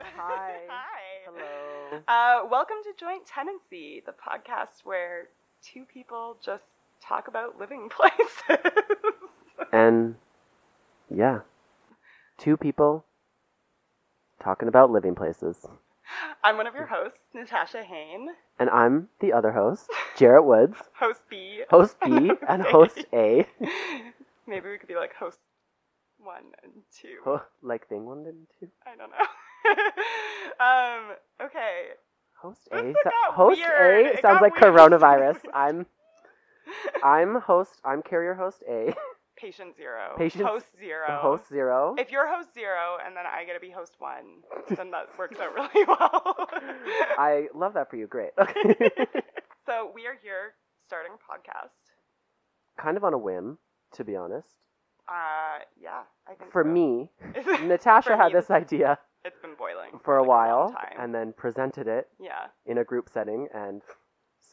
Hi. Hi. Hello. Uh, welcome to Joint Tenancy, the podcast where two people just talk about living places. And yeah, two people talking about living places. I'm one of your hosts, Natasha Hain, And I'm the other host, Jarrett Woods, host B. host B and host A. Maybe we could be like host one and two. Oh, like thing one and two. I don't know. um, okay. Host This A. one got host weird. It A sounds got like weird. coronavirus. I'm I'm host. I'm carrier host A. Patient zero. Patient- host zero. Host zero. If you're host zero and then I get to be host one, then that works out really well. I love that for you. Great. Okay. so we are here starting a podcast. kind of on a whim, to be honest. Uh, yeah, I think For so. me, It's- Natasha For had me, this idea it's been boiling for a like while long time. and then presented it yeah, in a group setting and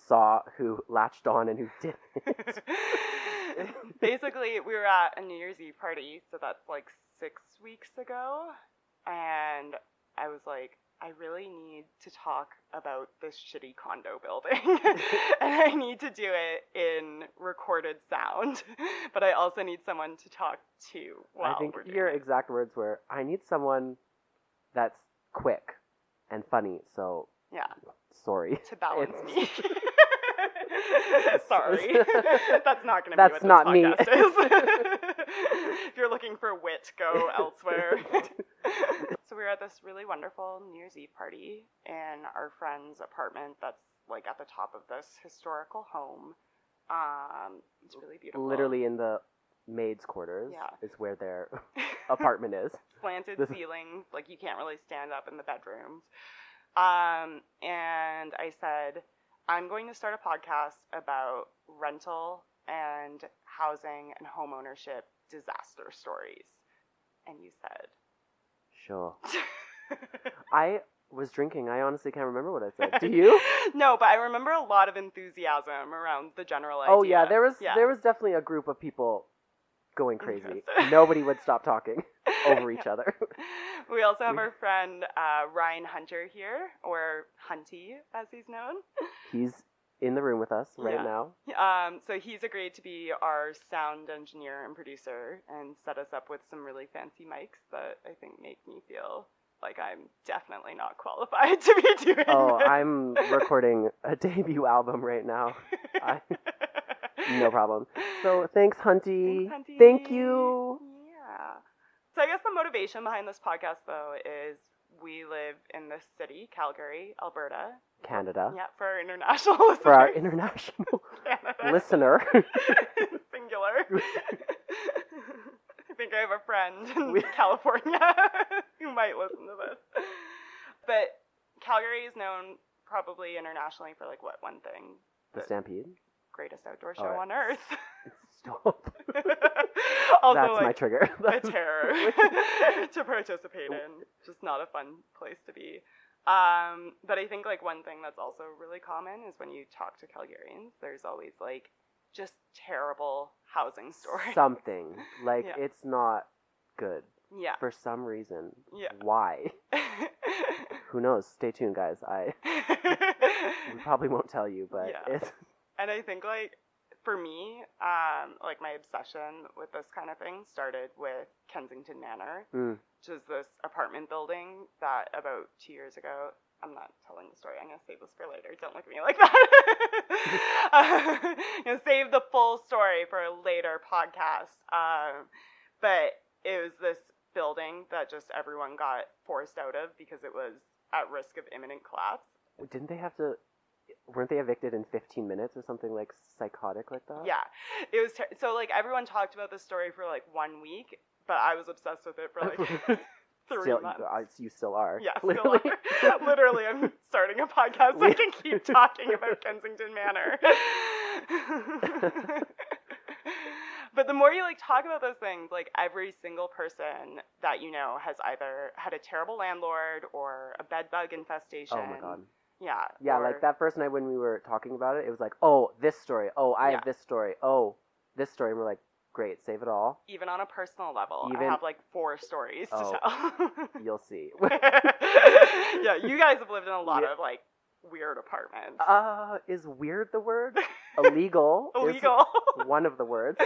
saw who latched on and who didn't. basically we were at a New Year's Eve party, so that's like six weeks ago, and I was like, I really need to talk about this shitty condo building, and I need to do it in recorded sound, but I also need someone to talk to while I think we're doing your it. exact words were, "I need someone that's quick and funny." So yeah. sorry, to balance It's- me. Sorry, that's not going to be That's what not me. this podcast is. if you're looking for wit, go elsewhere. so we were at this really wonderful New Year's Eve party in our friend's apartment. That's like at the top of this historical home. Um, it's really beautiful. literally in the maids' quarters Yeah. is where their apartment is. slanted This- ceilings, like you can't really stand up in the bedrooms. Um, and I said, I'm going to start a podcast about rental and housing and home ownership disaster stories. And you said, Sure. I was drinking. I honestly can't remember what I said. Do you? No, but I remember a lot of enthusiasm around the general idea. Oh yeah, there was Yeah. there was definitely a group of people going crazy. Interested. Nobody would stop talking over each other. we also have We- our friend uh, Ryan Hunter here, or Hunty as he's known. He's in the room with us right Yeah. now. Um, so he's agreed to be our sound engineer and producer and set us up with some really fancy mics that I think make me feel like I'm definitely not qualified to be doing Oh, this. I'm recording a debut album right now. I- No problem. So thanks, Hunty. Thanks, Hunty. Thank you. Yeah. So I guess the motivation behind this podcast though is we live in this city, Calgary, Alberta. Canada. Yeah, for our international listeners. For our international Canada. listener. Singular. I think I have a friend in We- California who might listen to this. But Calgary is known probably internationally for like what one thing? The Stampede. Greatest outdoor show All right. on earth. Stop. also That's my like trigger. a That's- terror to participate in. Just not a fun place to be. Um, but I think like one thing that's also really common is when you talk to Calgarians, there's always like just terrible housing stories. Something. Like, Yeah. it's not good Yeah. for some reason. Yeah. Why? Who knows? Stay tuned, guys. I we and probably won't tell you, but Yeah. it's I think like for me, um, like my obsession with this kind of thing started with Kensington Manor, Mm. which is this apartment building that about two years ago. I'm not telling the story. I'm gonna save this for later. Don't look at me like that. Uh, I'm gonna save the full story for a later podcast. Um, but it was this building that just everyone got forced out of because it was at risk of imminent collapse. didn't they have to weren't they evicted in 15 minutes or something like psychotic like that? Yeah, it was ter- so like everyone talked about this story for like one week, but I was obsessed with it for like three still, months. You, I- you still are. yeah, still literally. are. literally, I'm starting a podcast so I We- can keep talking about Kensington Manor. but the more you like talk about those things, like every single person that you know has either had a terrible landlord or a bed bug infestation. Oh my god. Yeah. Yeah, or- like that first night when we were talking about it, it was like, oh, this story. Oh, I Yeah. have this story. Oh, this story. And we're like, Great, save it all. Even on a personal level, Even- Oh. I have like four stories to tell. You'll see. yeah, you guys have lived in a lot Yeah. of like weird apartments. Uh, is weird the word? Illegal. is Illegal. one of the words.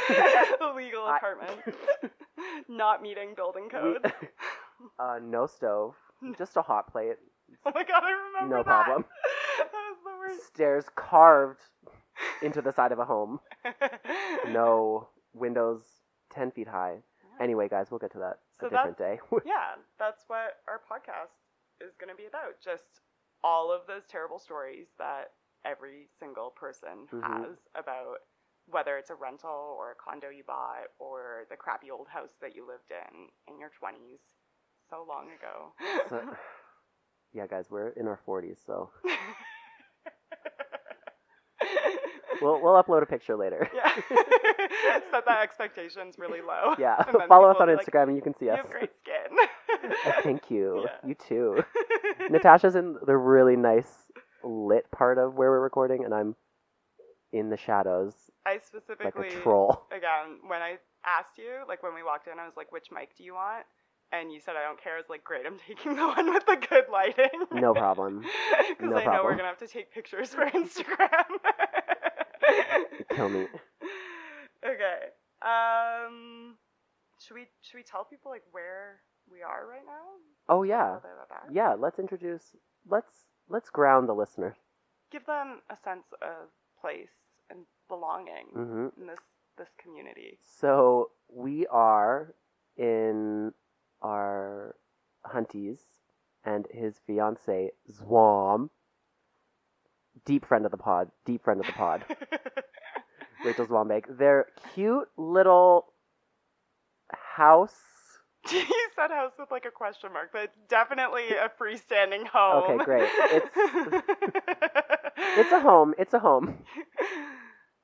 Illegal I- apartments. Not meeting building codes. Uh, no stove. Just a hot plate. Oh my god, I remember No that. problem. That was the worst. Stairs carved into the side of a home. No windows ten feet high. Anyway, guys, we'll get to that So a different day. Yeah, that's what our podcast is going to be about. Just all of those terrible stories that every single person Mhm. has about whether it's a rental or a condo you bought or the crappy old house that you lived in in your 20s so long ago. So- yeah, guys, we're in our forties, so we'll we'll upload a picture later. yeah. Set that expectations really low. Yeah, And then follow us people on will be like, Instagram and you can see You us. have great skin. Thank you. Yeah. You too. Natasha's in the really nice lit part of where we're recording, and I'm in the shadows I like specifically a troll. again, when I asked you, like when we walked in, I was like, which mic do you want? And you said, I don't care. I was like, great, I'm taking the one with the good lighting. No problem. Because no I know problem. we're going to have to take pictures for Instagram. Kill me. Okay. Um, should we should we tell people like where we are right now? Tell Oh yeah, them about that. yeah. Let's introduce. Let's let's ground the listener. Give them a sense of place and belonging hmm in this this community. So we are in our hunties and his fiance Zwam, deep friend of the pod, deep friend of the pod, Rachel Zwambake. Their cute little house. You said house with like a question mark, but it's definitely a freestanding home. Okay, great. It's- It's it's a home. It's a home.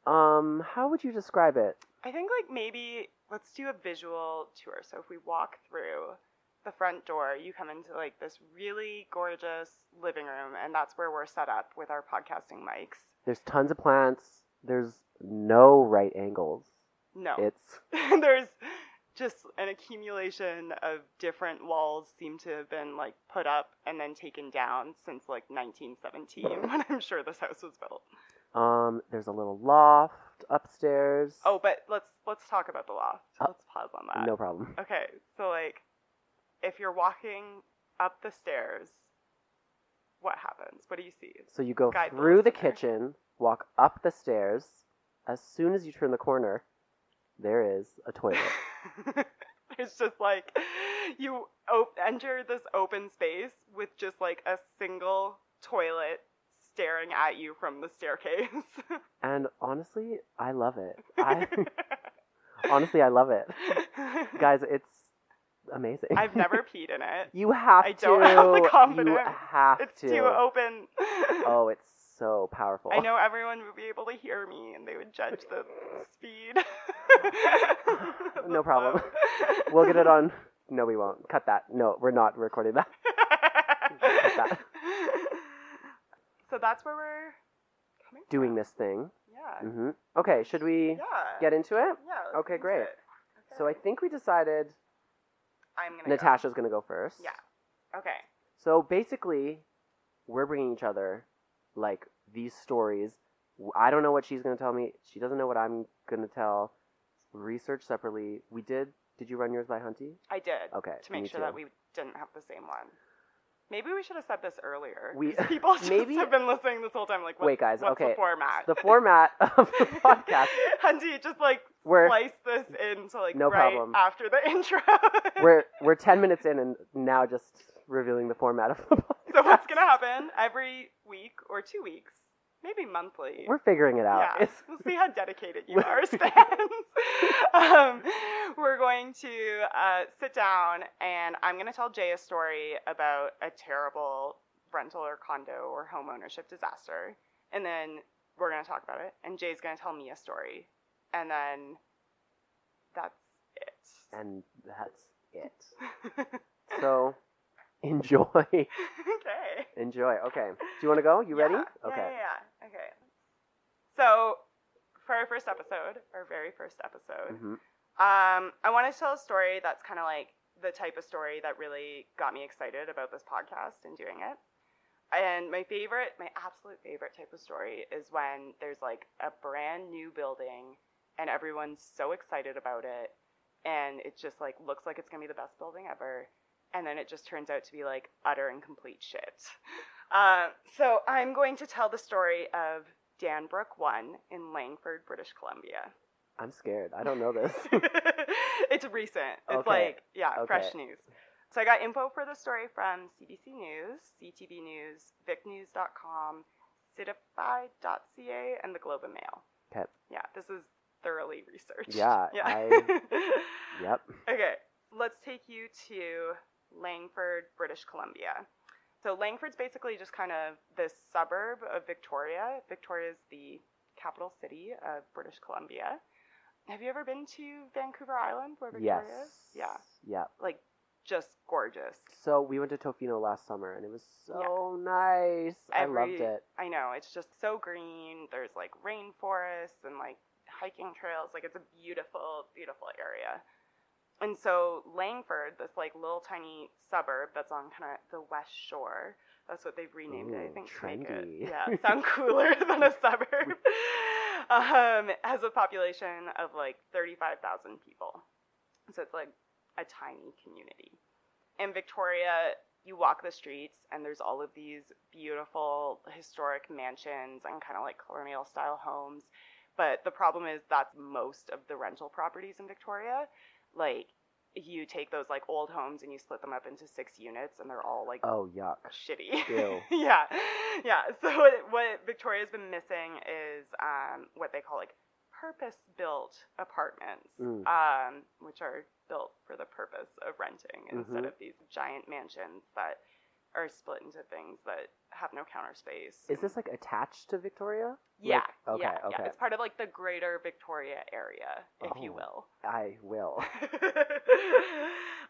Um, how would you describe it? I think like maybe let's do a visual tour. So if we walk through the front door, you come into like this really gorgeous living room, and that's where we're set up with our podcasting mics. There's tons of plants. There's no right angles. No, It's there's just an accumulation of different walls seem to have been like put up and then taken down since like 1917 when i'm sure this house was built um. There's a little loft upstairs. oh but let's let's talk about the loft Uh, let's pause on that no problem. okay so like if you're walking up the stairs what happens what do you see So you go Guide the through the listener. kitchen, walk up the stairs. As soon as you turn the corner, there is a toilet. it's just like you op- enter this open space with just like a single toilet staring at you from the staircase. and honestly, I love it. I honestly I love it. Guys, it's amazing. I've never peed in it. You have I to don't have the You confidence. have It's to. too open. oh, it's so powerful. I know everyone would be able to hear me and they would judge the speed. No problem. We'll get it on No, we won't. Cut that. No, we're not recording that. that. so that's where we're coming Doing from. this thing. Yeah. hmm Okay, should we Yeah. get into it? yeah let's okay, do great. it. Okay. So I think we decided I'm gonna go. Natasha's going to go first. Yeah. Okay. So basically, we're bringing each other like these stories. W- I don't know what she's gonna tell me. She doesn't know what I'm gonna tell. Research separately. We did. Did you run yours by Hunty? I did Okay. to make Oh, me sure too. that we didn't have the same one. Maybe we should have said this earlier. We- 'cause people just maybe- have been listening this whole time. Like, what's, Wait, guys, What's okay. the format? The format of the podcast. Hunty, just like We're slice this into like No right problem. after the intro. we're we're ten minutes in and now just revealing the format of the podcast. so what's gonna happen every week or two weeks, maybe monthly? We're figuring it out. Yeah, It's, we'll see how dedicated you are as fans. um, we're going to uh, sit down, and I'm going to tell Jay a story about a terrible rental or condo or home ownership disaster, and then we're going to talk about it. And Jay's going to tell me a story, and then that's it. and that's it. okay. So enjoy, enjoy. Okay. Do you want to go? You Yeah, ready? yeah, Okay. Yeah, yeah. Okay. So, for our first episode, our very first episode. Mhm. Um, I want to tell a story that's kind of like the type of story that really got me excited about this podcast and doing it. And my favorite, my absolute favorite type of story is when there's like a brand new building and everyone's so excited about it and it just like looks like it's going to be the best building ever and then it just turns out to be like utter and complete shit. Uh, so I'm going to tell the story of Danbrook 1 in Langford, British Columbia. I'm scared. I don't know this. it's recent. It's Okay. like, yeah, fresh Okay. news. So I got info for the story from CBC News, CTV News, VicNews.com, Citify.ca, and the Globe and Mail. 'Kay. Yeah, this is thoroughly researched. Yeah, I... yep. Okay, let's take you to Langford, British Columbia. So Langford's basically just kind of this suburb of Victoria. Victoria's the capital city of British Columbia. Have you ever been to Vancouver Island where Victoria Yes. is? Yeah. Yep. Like just gorgeous. So we went to Tofino last summer and it was so nice. I loved Every- it. I know, it's just so green. There's like rainforests and like hiking trails. Like it's a beautiful, beautiful area. And so Langford, this like little tiny suburb that's on kind of the west shore, that's what they've renamed it, I Ooh, think. to make it- trendy. yeah, sound cooler than a suburb. Um, has a population of like 35,000 people. So it's like a tiny community. In Victoria, you walk the streets and there's all of these beautiful historic mansions and kind of like colonial style homes. But the problem is that's most of the rental properties in Victoria. Like you take those like old homes and you split them up into six units and they're all like Oh yuck. shitty. Ew. yeah, yeah. So what, what Victoria's been missing is um, what they call like purpose-built apartments, Mm. um, which are built for the purpose of renting instead Mhm. of these giant mansions that are split into things that have no counter space. Is this like attached to Victoria? yeah, okay, yeah, okay. yeah. It's part of like the greater Victoria area, if you Oh. will. I will.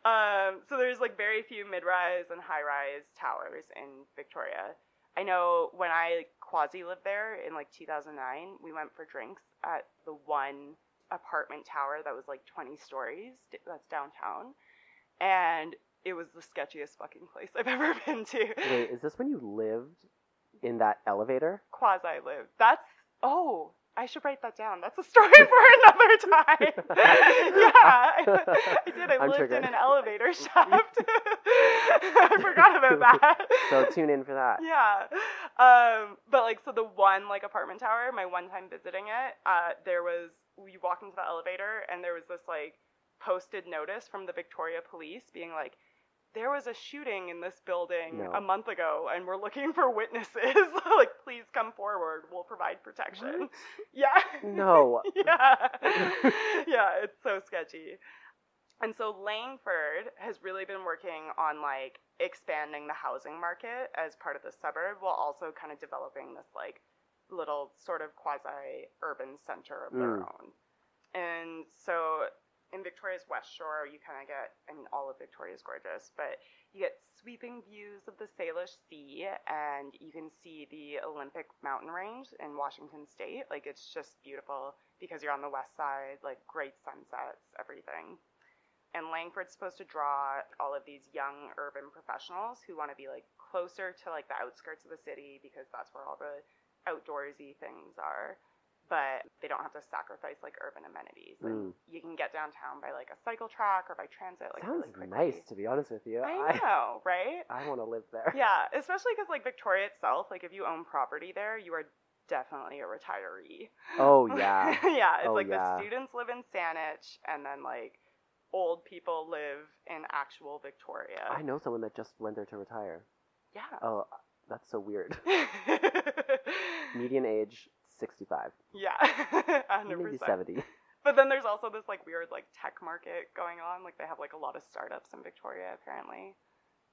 um, so there's like very few mid-rise and high-rise towers in Victoria. I know when I quasi lived there in like 2009, we went for drinks at the one apartment tower that was like 20 stories. d- That's downtown, and it was the sketchiest fucking place I've ever been to. Wait, is this when you lived in that elevator? Quasi lived. That's oh. I should write that down. That's a story for another time. yeah, I, I did. I I'm lived triggered. in an elevator shaft. I forgot about that. So tune in for that. yeah. Um, but like, so the one like apartment tower, my one time visiting it, uh, there was you walk into the elevator and there was this like posted notice from the Victoria Police being like. There was a shooting in this building No. a month ago, and we're looking for witnesses. like, please come forward. We'll provide protection. What? Yeah. No. yeah. yeah, it's so sketchy. And so Langford has really been working on like expanding the housing market as part of the suburb while also kind of developing this like little sort of quasi urban center of their Mm. own. And so in Victoria's West Shore, you kind of get, I mean, all of Victoria's gorgeous, but you get sweeping views of the Salish Sea and you can see the Olympic mountain range in Washington state. Like it's just beautiful because you're on the west side, like great sunsets, everything. And Langford's supposed to draw all of these young urban professionals who want to be like closer to like the outskirts of the city because that's where all the outdoorsy things are. But they don't have to sacrifice like urban amenities. And Hmm. you can get downtown by like a cycle track or by transit. Like Sounds really quickly. nice, to be honest with you. I know, right? I, I want to live there. Yeah, especially because like Victoria itself, like if you own property there, you are definitely a retiree. Oh yeah. yeah. It's Oh, like the yeah. students live in Saanich, and then like old people live in actual Victoria. I know someone that just went there to retire. yeah. Oh, that's so weird. Median age 65, yeah. a Hundred maybe percent. 70. But then there's also this like weird like tech market going on. Like they have like a lot of startups in Victoria apparently.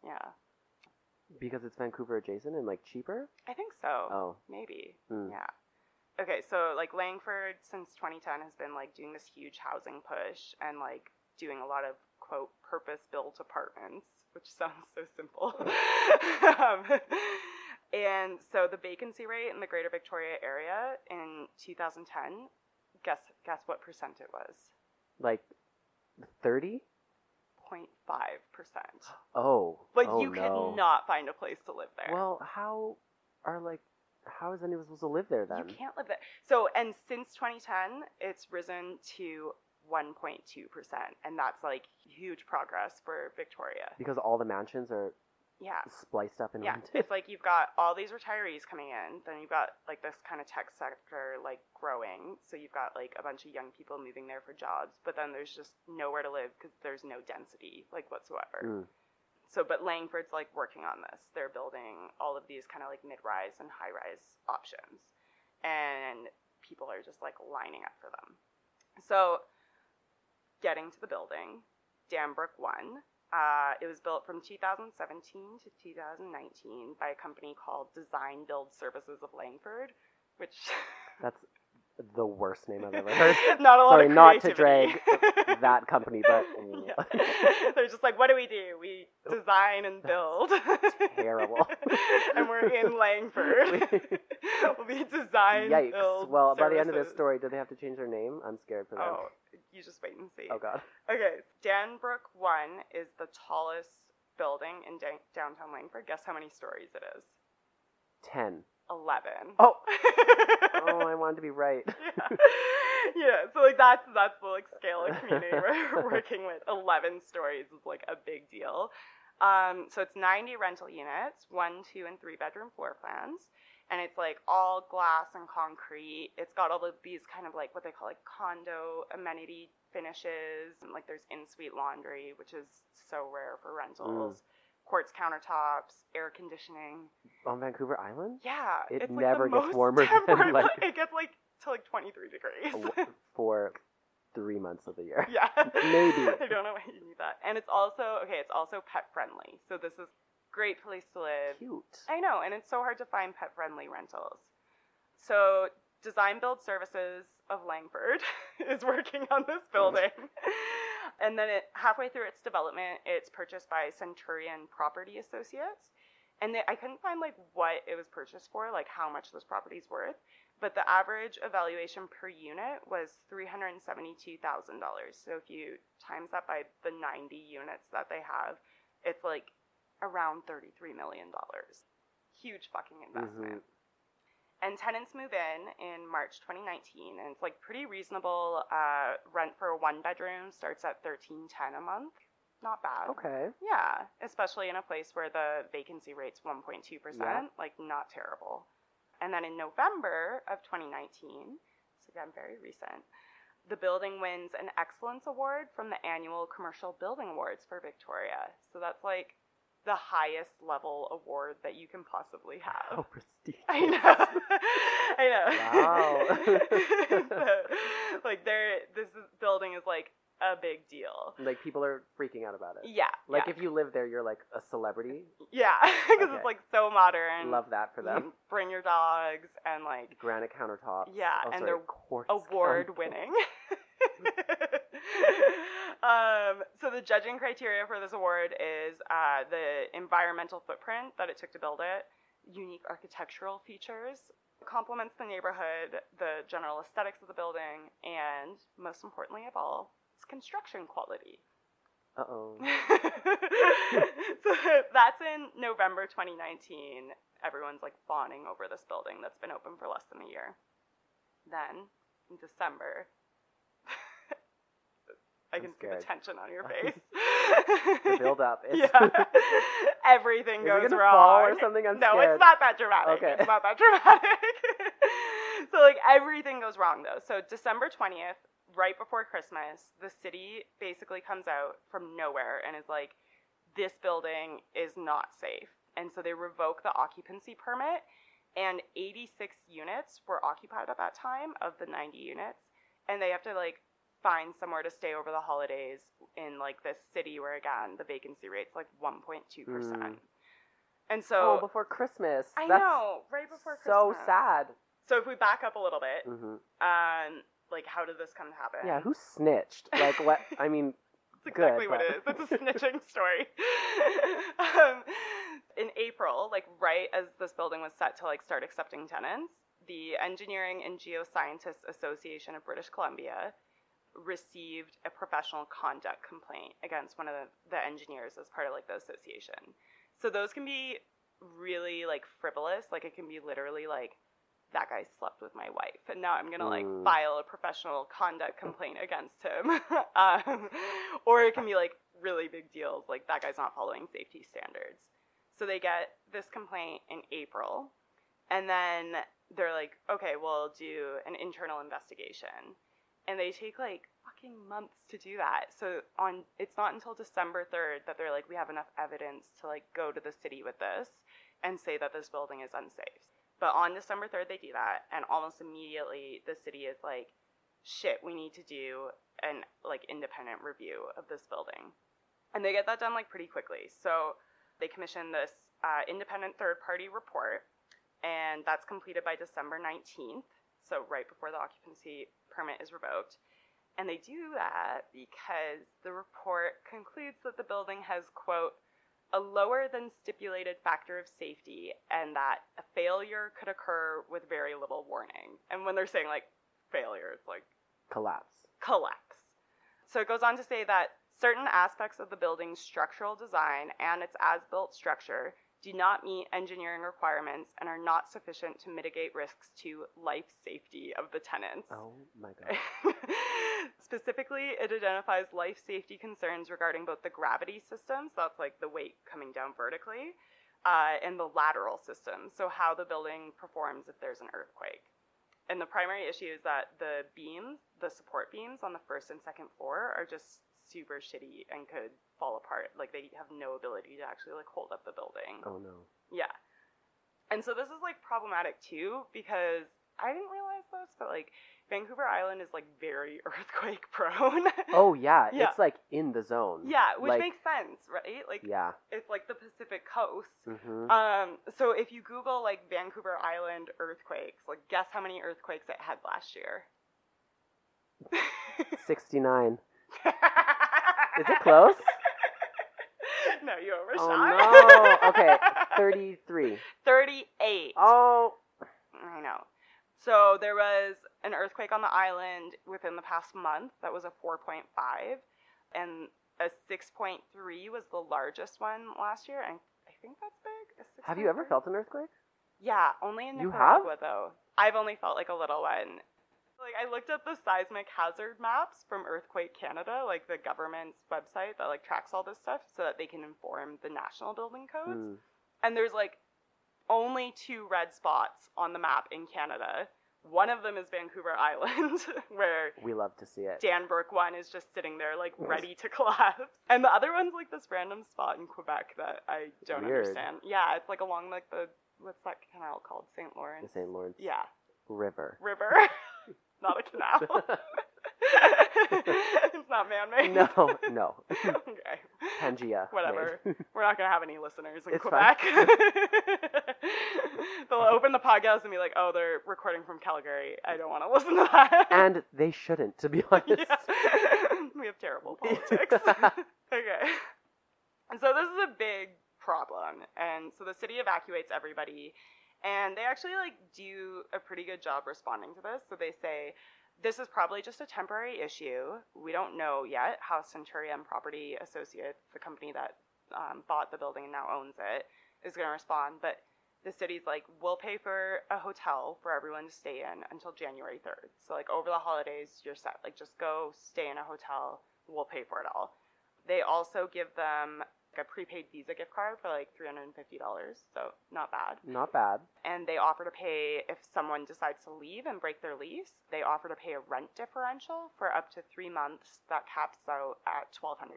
Yeah, Because it's Vancouver adjacent and like cheaper. I think so. Oh, Maybe. Mm. Yeah. Okay, so like Langford since 2010 has been like doing this huge housing push and like doing a lot of quote purpose built apartments, which sounds so simple. um, and so the vacancy rate in the Greater Victoria area in 2010, guess guess what percent it was? like thirty. 0.5%. Oh, Like, oh, you no. could not find a place to live there. Well, how are like how is anyone supposed to live there then? You can't live there. So, and since 2010, it's risen to 1.2%. And that's like huge progress for Victoria. Because all the mansions are Yeah. spliced up and Yeah. It's like you've got all these retirees coming in, then you've got like this kind of tech sector like growing. So you've got like a bunch of young people moving there for jobs, but then there's just nowhere to live because there's no density like whatsoever. Mm. So, but Langford's like working on this. They're building all of these kind of like mid rise and high rise options. And people are just like lining up for them. So, getting to the building, Danbrook 1. Uh, it was built from 2017 to 2019 by a company called Design Build Services of Langford, which That's the worst name I've ever heard. not a lot Sorry, of not to creativity. that company, but mm, Yeah. They're just like, what do we do? We design and build. terrible. and we're in Langford. we design. yikes! build Well, by the end of this services. story, do they have to change their name? I'm scared for them. Oh, you just wait and see. Oh, god. Okay, Danbrook 1 is the tallest building in dan- downtown Langford. Guess how many stories it is? Ten. 11. Oh. Oh, I wanted to be right. yeah. yeah, so like that's that's the like scale of community we're working with. Eleven stories is like a big deal. Um, so it's ninety rental units, one, two, and three bedroom floor plans, and it's like all glass and concrete. It's got all of these kind of like what they call like condo amenity finishes, and like there's in suite laundry, which is so rare for rentals. Mm. Quartz countertops, air conditioning. On Vancouver Island. Yeah, It it's never like the gets most warmer than, temperate- like- it gets like to like 23 degrees. W- for three months of the year. yeah, Maybe. I don't know why you need that. And it's also okay. It's also pet friendly, so this is great place to live. Cute. I know, and it's so hard to find pet friendly rentals. So, Design Build Services of Langford is working on this building. and then, it, halfway through its development, it's purchased by Centurion Property Associates. And they, I couldn't find like what it was purchased for, like how much this property's worth. But the average evaluation per unit was three hundred seventy-two thousand dollars. So if you times that by the ninety units that they have, it's like around $33 million. Huge fucking investment. And tenants move in in March 2019, and it's like pretty reasonable. Uh, rent for a one bedroom starts at 1310 a month. Not bad. Okay. Yeah, especially in a place where the vacancy rate's 1.2%, like not terrible. And then in November of 2019, so again, very recent, the building wins an Excellence Award from the annual Commercial Building Awards for Victoria. So that's like the highest level award that you can possibly have. How prestigious. I know. I know. so, like, there, this building is like a big deal. Like people are freaking out about it. Yeah. Like yeah. if you live there, you're like a celebrity. Yeah, because Okay. it's like so modern. Love that for You them. can Bring your dogs and like Granite countertops. Yeah, Oh, and sorry, they're quartz award countertops. winning. um, so the judging criteria for this award is uh, the environmental footprint that it took to build it, unique architectural features, complements the neighborhood, the general aesthetics of the building, and most importantly of all, its construction quality. Uh oh. so that's in November 2019. Everyone's like fawning over this building that's been open for less than a year. Then in December, I I'm can see scared. the tension on your face. The build up. Is, yeah, everything is it goes gonna wrong fall or something? I'm no, it's scared. not that dramatic. Okay. It's not that dramatic. so like everything goes wrong though. So December 20th, right before Christmas, the city basically comes out from nowhere and is like this building is not safe. And so they revoke the occupancy permit and 86 units were occupied at that time of the 90 units and they have to like find somewhere to stay over the holidays in like this city where again the vacancy rate's like 1.2%. Mm. And so Oh, before Christmas. I That's know, right before So Christmas. sad. So if we back up a little bit, hmm um, like how did this come to happen? Yeah. Who snitched? Like what? I mean, That's exactly Good, what it is. but- It's a snitching story. um, in April, like right as this building was set to like start accepting tenants, the Engineering and Geoscientists Association of British Columbia received a professional conduct complaint against one of the, the engineers as part of like the association. So those can be really like frivolous. Like it can be literally like that guy slept with my wife, and now I'm gonna like Mm. file a professional conduct complaint against him. um, or it can be like really big deals, like that guy's not following safety standards. So they get this complaint in April, and then they're like, okay, we'll do an internal investigation, and they take like fucking months to do that. So on, it's not until December third that they're like, we have enough evidence to like go to the city with this and say that this building is unsafe. But on December 3rd, they do that, and almost immediately the city is like, shit, we need to do an like independent review of this building. And they get that done like pretty quickly. So they commission this uh, independent third party report, and that's completed by December 19th, so right before the occupancy permit is revoked. And they do that because the report concludes that the building has, quote, a lower than stipulated factor of safety and that a failure could occur with very little warning. And when they're saying like failure, it's like Collapse. collapse. So it goes on to say that certain aspects of the building's structural design and its as built structure do not meet engineering requirements and are not sufficient to mitigate risks to life safety of the tenants. Oh my god. Specifically, it identifies life safety concerns regarding both the gravity system, so that's like the weight coming down vertically, uh, and the lateral system, so how the building performs if there's an earthquake. And the primary issue is that the beams, the support beams on the first and second floor, are just super shitty and could fall apart. Like they have no ability to actually like hold up the building. Oh no. Yeah. And so this is like problematic too because I didn't realize this, but like Vancouver Island is like very earthquake prone. Oh yeah, Yeah. it's like in the zone. yeah, which like- makes sense, right? Like Yeah. it's like the Pacific coast. hmm Um, so if you Google like Vancouver Island earthquakes, like guess how many earthquakes it had last year? Sixty nine. is Is it close? No, you overshot. Oh, no. Okay. Thirty three. 38. Oh. I know. So there was an earthquake on the island within the past month that was a 4.5, and a 6.3 was the largest one last year. And I think that's big. a Have you ever 6.3? felt an earthquake? Yeah, only in You Nicaragua though. I've only felt like a little one. Like I looked up the seismic hazard maps from Earthquake Canada, like the government's website that like tracks all this stuff, so that they can inform the national building codes Mm. and there's like only two red spots on the map in Canada. One of them is Vancouver Island, where We love to see it. Danbrook one is just sitting there like ready to collapse, and the other one's like this random spot in Quebec that I don't Weird. understand. Yeah, it's like along like the what's that canal called, Saint The Lawrence? St. Lawrence Yeah, River. river, not a canal. it's not man-made. no, no. okay. Pangea. Whatever. We're not gonna have any listeners in It's Quebec. fine. They'll open the podcast and be like, "Oh, they're recording from Calgary. I don't want to listen to that." made. And they shouldn't, to be honest. Yeah. we have terrible politics. okay. And so this is a big problem, and so the city evacuates everybody, and they actually like do a pretty good job responding to this. So they say. This is probably just a temporary issue. We don't know yet how Centurion Property Associates, the company that um, bought the building and now owns it, is going to respond. But the city's like, we'll pay for a hotel for everyone to stay in until January 3rd. So, like, over the holidays, you're set. Like, just go stay in a hotel. We'll pay for it all. They also give them like, a prepaid Visa gift card for like $350. So, not bad Not bad. and they offer to pay if someone decides to leave and break their lease they offer to pay a rent differential for up to three months that caps out at $1200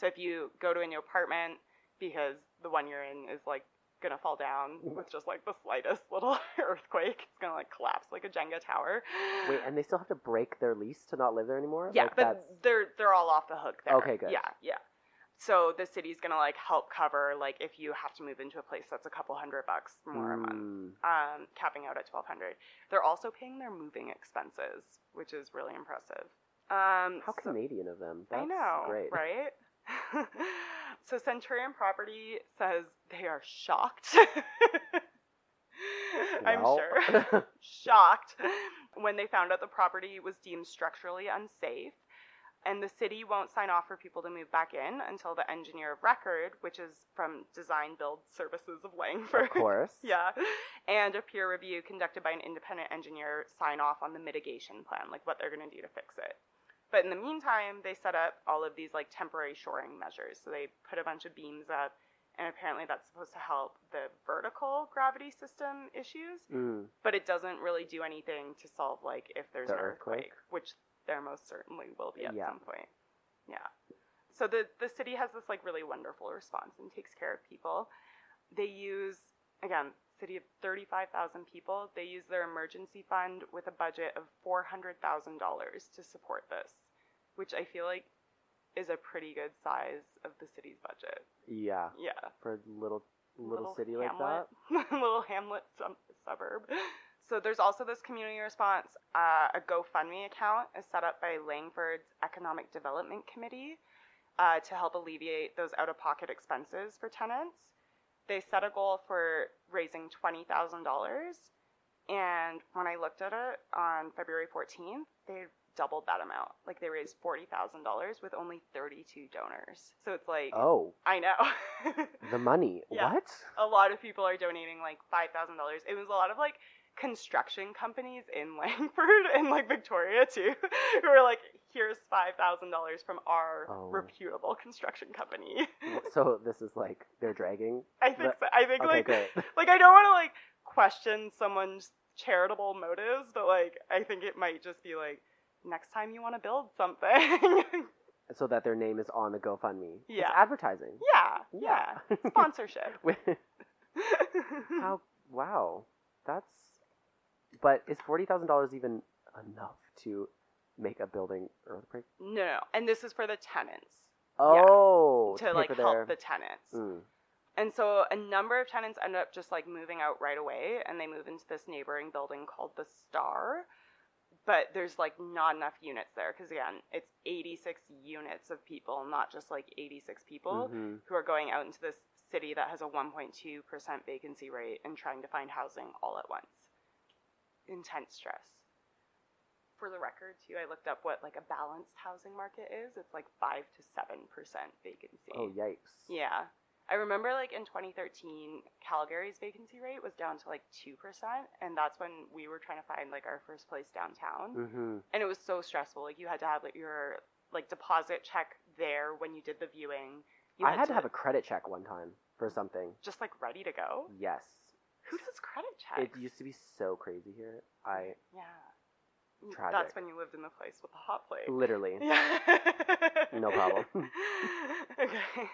so if you go to a new apartment because the one you're in is like gonna fall down with just like the slightest little earthquake it's gonna like collapse like a jenga tower Wait, and they still have to break their lease to not live there anymore? yeah Like, but that's- they're they're all off the hook there Okay, good. yeah yeah so the city's gonna like help cover like if you have to move into a place that's a couple hundred bucks more a month Mm, um, capping out at 1200 they're also paying their moving expenses which is really impressive um, How so- Canadian of them. That's i know Great. right so centurion property says they are shocked i'm Well. sure shocked when they found out the property was deemed structurally unsafe, and the city won't sign off for people to move back in until the engineer of record, which is from Design Build Services of Langford. Of course. Yeah. And a peer review conducted by an independent engineer sign off on the mitigation plan, like what they're going to do to fix it. But in the meantime, they set up all of these like temporary shoring measures. So they put a bunch of beams up, and apparently that's supposed to help the vertical gravity system issues, Mm. but it doesn't really do anything to solve like if there's The an earthquake, earthquake? which there most certainly will be at Yeah. some point. Yeah. So the the city has this like really wonderful response and takes care of people. They use again city of 35,000 people. They use their emergency fund with a budget of $400,000 to support this, which I feel like is a pretty good size of the city's budget. Yeah. Yeah. For little little, city like that. hamlet, like that. little hamlet sum- suburb. So there's also this community response. Uh, a GoFundMe account is set up by Langford's Economic Development Committee uh, to help alleviate those out-of-pocket expenses for tenants. They set a goal for raising twenty thousand dollars, and when I looked at it on February 14th, they doubled that amount. Like they raised forty thousand dollars with only thirty-two donors. So it's like Oh, I know. the money. Yeah. What? a lot of people are donating like five thousand dollars. It was a lot of like construction companies in Langford and like Victoria too, who were like, "Here's five thousand dollars from our Oh. reputable construction company." So this is like they're dragging. I think But- so. I think Okay, like great. like I don't want to like question someone's charitable motives, but like I think it might just be like next time you want to build something, So that their name is on the GoFundMe. Yeah. It's advertising. yeah, yeah, sponsorship. With- How? Wow. That's. But is forty thousand dollars even enough to make a building earthquake? No, no, and this is for the tenants. Oh, to pay like for help the their- tenants. Mm. And so a number of tenants end up just like moving out right away and they move into this neighboring building called the Star. But there's like not enough units there because again, it's 86 units of people, not just like 86 people Mhm. who are going out into this city that has a 1.2% vacancy rate and trying to find housing all at once. Intense stress. For the record, too, I looked up what like a balanced housing market is. It's like 5 to 7% vacancy. Oh yikes. Yeah. I remember like in 2013, Calgary's vacancy rate was down to like 2%. And that's when we were trying to find like our first place downtown. hmm And it was so stressful. Like you had to have like, your like deposit check there when you did the viewing. You I had to have a credit check one time for something. just like ready to go. Yes. Who does credit Mm. It check? used to be so crazy here. I yeah. That's Tragic. when you lived in the place with the hot plate. literally. Yeah. No problem. okay.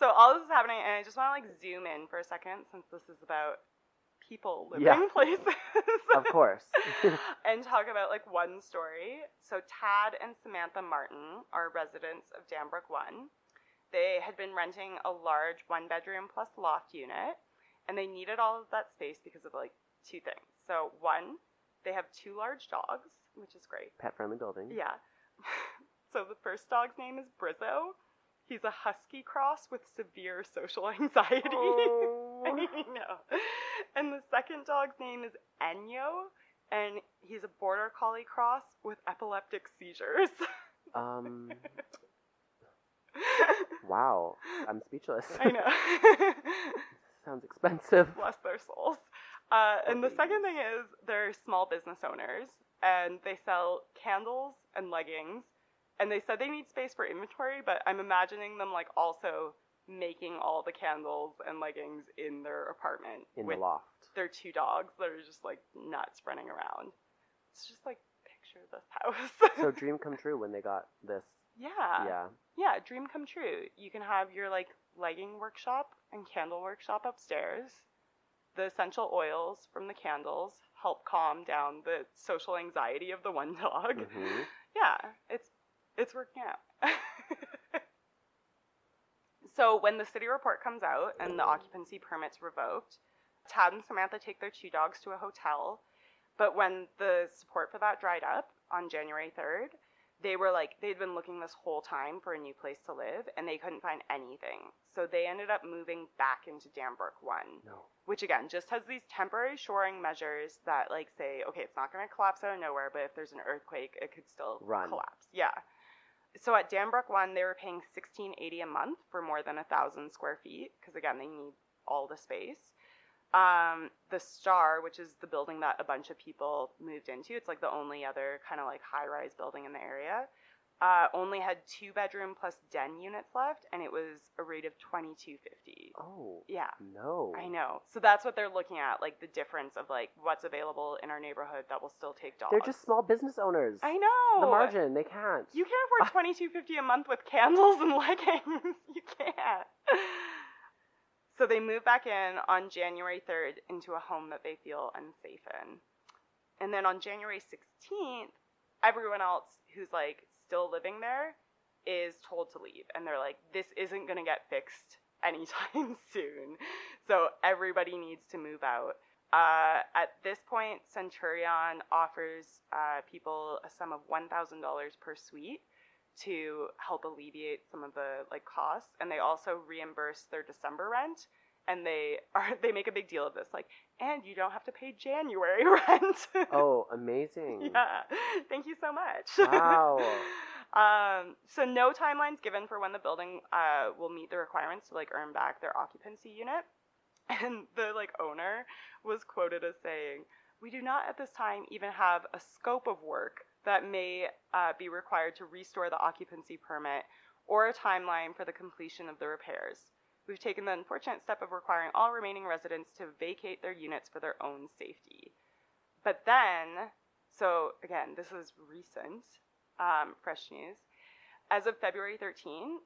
So all this is happening, and I just want to like zoom in for a second since this is about people living Yeah. places. Of course. and talk about like one story. So Tad and Samantha Martin are residents of Danbrook One. They had been renting a large one bedroom plus loft unit, and they needed all of that space because of like two things. So one, they have two large dogs, which is great. Pet friendly building. Yeah. so the first dog's name is Brizzo. He's a husky cross with severe social anxiety. I Oh. know. And the second dog's name is Enyo, and he's a border collie cross with epileptic seizures. um. Wow. I'm speechless. I know. Sounds expensive. Bless their souls. Uh, and the Please. second thing is they're small business owners, and they sell candles and leggings. And they said they need space for inventory, but I'm imagining them like also making all the candles and leggings in their apartment In with the loft. their two dogs that are just like nuts running around. It's just like picture this house. So dream come true when they got this. yeah. yeah. Yeah, dream come true. You can have your like legging workshop and candle workshop upstairs. The essential oils from the candles help calm down the social anxiety of the one dog. Mhm. Yeah, it's it's working out. so when the city report comes out and the occupancy permits revoked, Tad and Samantha take their two dogs to a hotel. But when the support for that dried up on January 3rd, they were like they'd been looking this whole time for a new place to live and they couldn't find anything. So they ended up moving back into Danbrook 1, No. which again just has these temporary shoring measures that like say okay, it's not going to collapse out of nowhere, but if there's an earthquake, it could still Run. collapse. Yeah. So at Danbrook 1, they were paying 1680 a month for more than a 1000 square feet because again, they need all the space. Um, the Star, which is the building that a bunch of people moved into, it's like the only other kind of like high rise building in the area, uh, only had two bedroom plus den units left, and it was a rate of 2250. Oh Yeah. no. I know. So that's what they're looking at, like the difference of like what's available in our neighborhood that will still take dogs. They're just small business owners. I know. The margin, they can't. You can't afford twenty two fifty a month with candles and leggings. You can't. So they move back in on January third into a home that they feel unsafe in. And then on January sixteenth, everyone else who's like still living there is told to leave. And they're like, this isn't gonna get fixed anytime soon. So everybody needs to move out. Uh, at this point, Centurion offers uh, people a sum of $1,000 per suite to help alleviate some of the like costs, and they also reimburse their December rent. And they are they make a big deal of this, like, and you don't have to pay January rent. Oh, amazing. yeah, thank you so much. Wow. Um, so no timelines given for when the building uh, will meet the requirements to like earn back their occupancy unit. And the like owner was quoted as saying, "We do not at this time even have a scope of work that may uh, be required to restore the occupancy permit or a timeline for the completion of the repairs. We've taken the unfortunate step of requiring all remaining residents to vacate their units for their own safety." But then, so again, this is recent um, fresh news. As of February 13,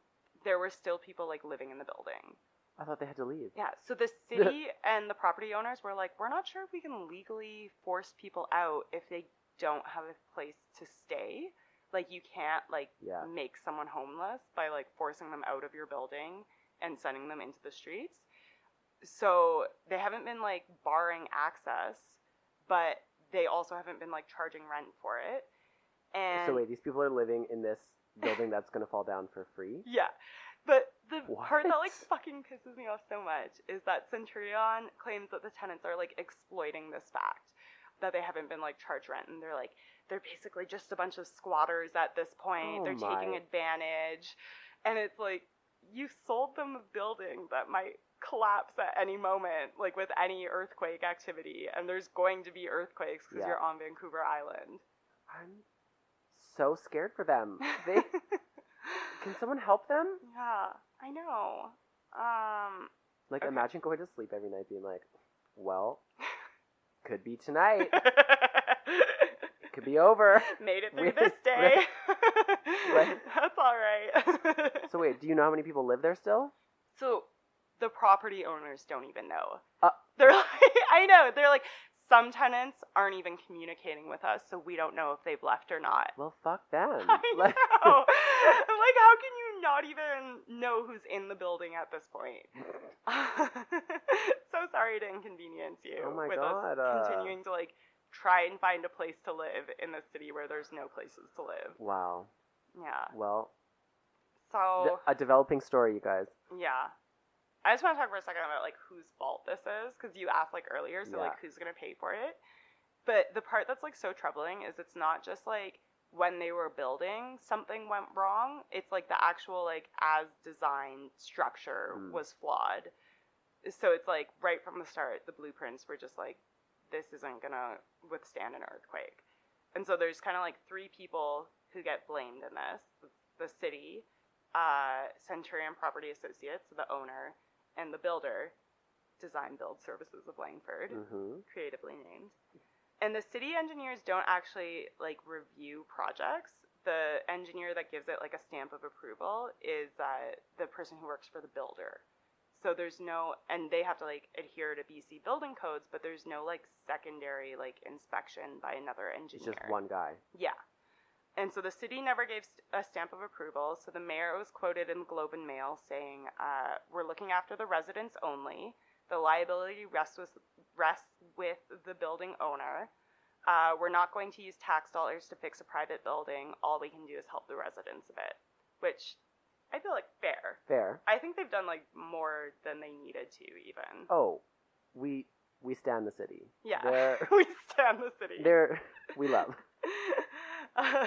there were still people like living in the building. I thought they had to leave. Yeah, so the city and the property owners were like, we're not sure if we can legally force people out if they don't have a place to stay. Like you can't like Yeah. make someone homeless by like forcing them out of your building and sending them into the streets. So they haven't been like barring access, but they also haven't been like charging rent for it. And So wait, these people are living in this building that's gonna fall down for free? Yeah. But the part that like What? fucking pisses me off so much is that Centurion claims that the tenants are like exploiting this fact that they haven't been like charged rent and they're like they're basically just a bunch of squatters at this point. Oh they're taking my. advantage. And it's like you sold them a building that might collapse at any moment like with any earthquake activity and there's going to be earthquakes cuz Yeah. you're on Vancouver Island. I'm so scared for them. They can someone help them? yeah, I know. Um Like Okay. imagine going to sleep every night being like, Well, could be tonight. It could be over. Made it through Right, this day. right. That's all right. So wait, do you know how many people live there still? so the property owners don't even know. Uh. they're like, I know. They're like, some tenants aren't even communicating with us, so we don't know if they've left or not. Well, fuck them. I know. like, Like, how can you not even know who's in the building at this point? so sorry to inconvenience you Oh my with us God, uh. continuing to like try and find a place to live in this city where there's no places to live. wow. Yeah. Well, th- So a developing story, you guys. yeah. I just want to talk for a second about like whose fault this is because you asked like earlier, so like who's gonna pay for it. But the part that's like so troubling is it's not just like when they were building something went wrong. It's like the actual like as designed structure Mm. was flawed. So it's like right from the start, the blueprints were just like this isn't gonna withstand an earthquake. And so there's kind of like three people who get blamed in this: the city, uh, Centurion Property Associates, the owner, and the builder, Design Build Services of Langford, Mm-hmm. creatively named. And the city engineers don't actually like review projects. The engineer that gives it like a stamp of approval is uh, the person who works for the builder. So there's no, and they have to like adhere to BC building codes, but there's no like secondary like inspection by another It's engineer. just one guy. Yeah. And so the city never gave st- a stamp of approval. So the mayor was quoted in the Globe and Mail saying, uh, "We're looking after the residents only. The liability rests with rests with the building owner, Uh, we're not going to use tax dollars to fix a private building. All we can do is help the residents of it, which I feel like fair. Fair. I think they've done like more than they needed to, even. Oh, we we stand the city. yeah, They're we stand the city. they're we love. Uh,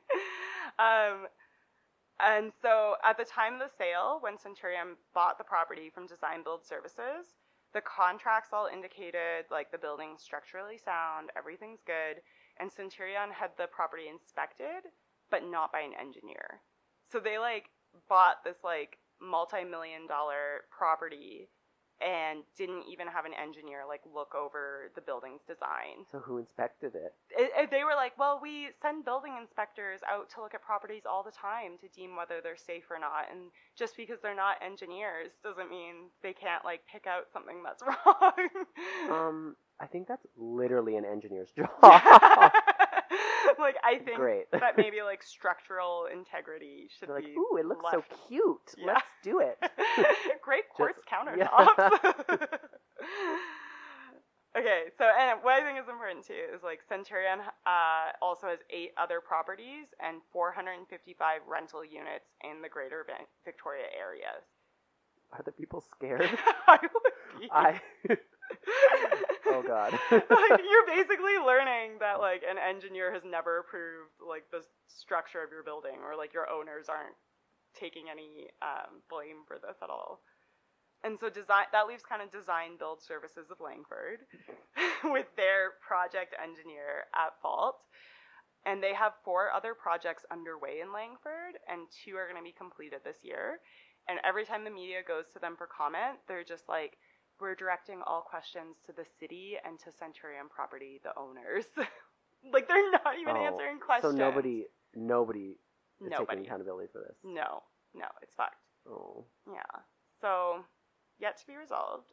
um, and so at the time of the sale, when Centurion bought the property from Design Build Services, the contracts all indicated like the building's structurally sound, everything's good, and Centurion had the property inspected, but not by an engineer. So they like bought this like multi-million dollar property and didn't even have an engineer like look over the building's design So who inspected it? it, it- they were like, well, we send building inspectors out to look at properties all the time to deem whether they're safe or not. And just because they're not engineers doesn't mean they can't like pick out something that's wrong. Um, I think that's literally an engineer's job. like I think Great. that maybe like structural integrity should They're like, be ooh, it looks so left- cute. Yeah. Let's do it. Great quartz yeah. countertops. okay, so and what I think is important too is like Centurion uh, also has eight other properties and 455 rental units in the Greater Van- Victoria area. Are the people scared? I would be- I oh god. like you're basically learning that like an engineer has never approved like the structure of your building or like your owners aren't taking any um, blame for this at all and so design that leaves kind of design build services of langford with their project engineer at fault and they have four other projects underway in langford and two are going to be completed this year and every time the media goes to them for comment they're just like we're directing all questions to the city and to Centurion Property, the owners. like they're not even Oh, answering questions. So nobody, nobody is taking nobody. accountability for this. No, no, it's fucked. Oh, Yeah. So, yet to be resolved.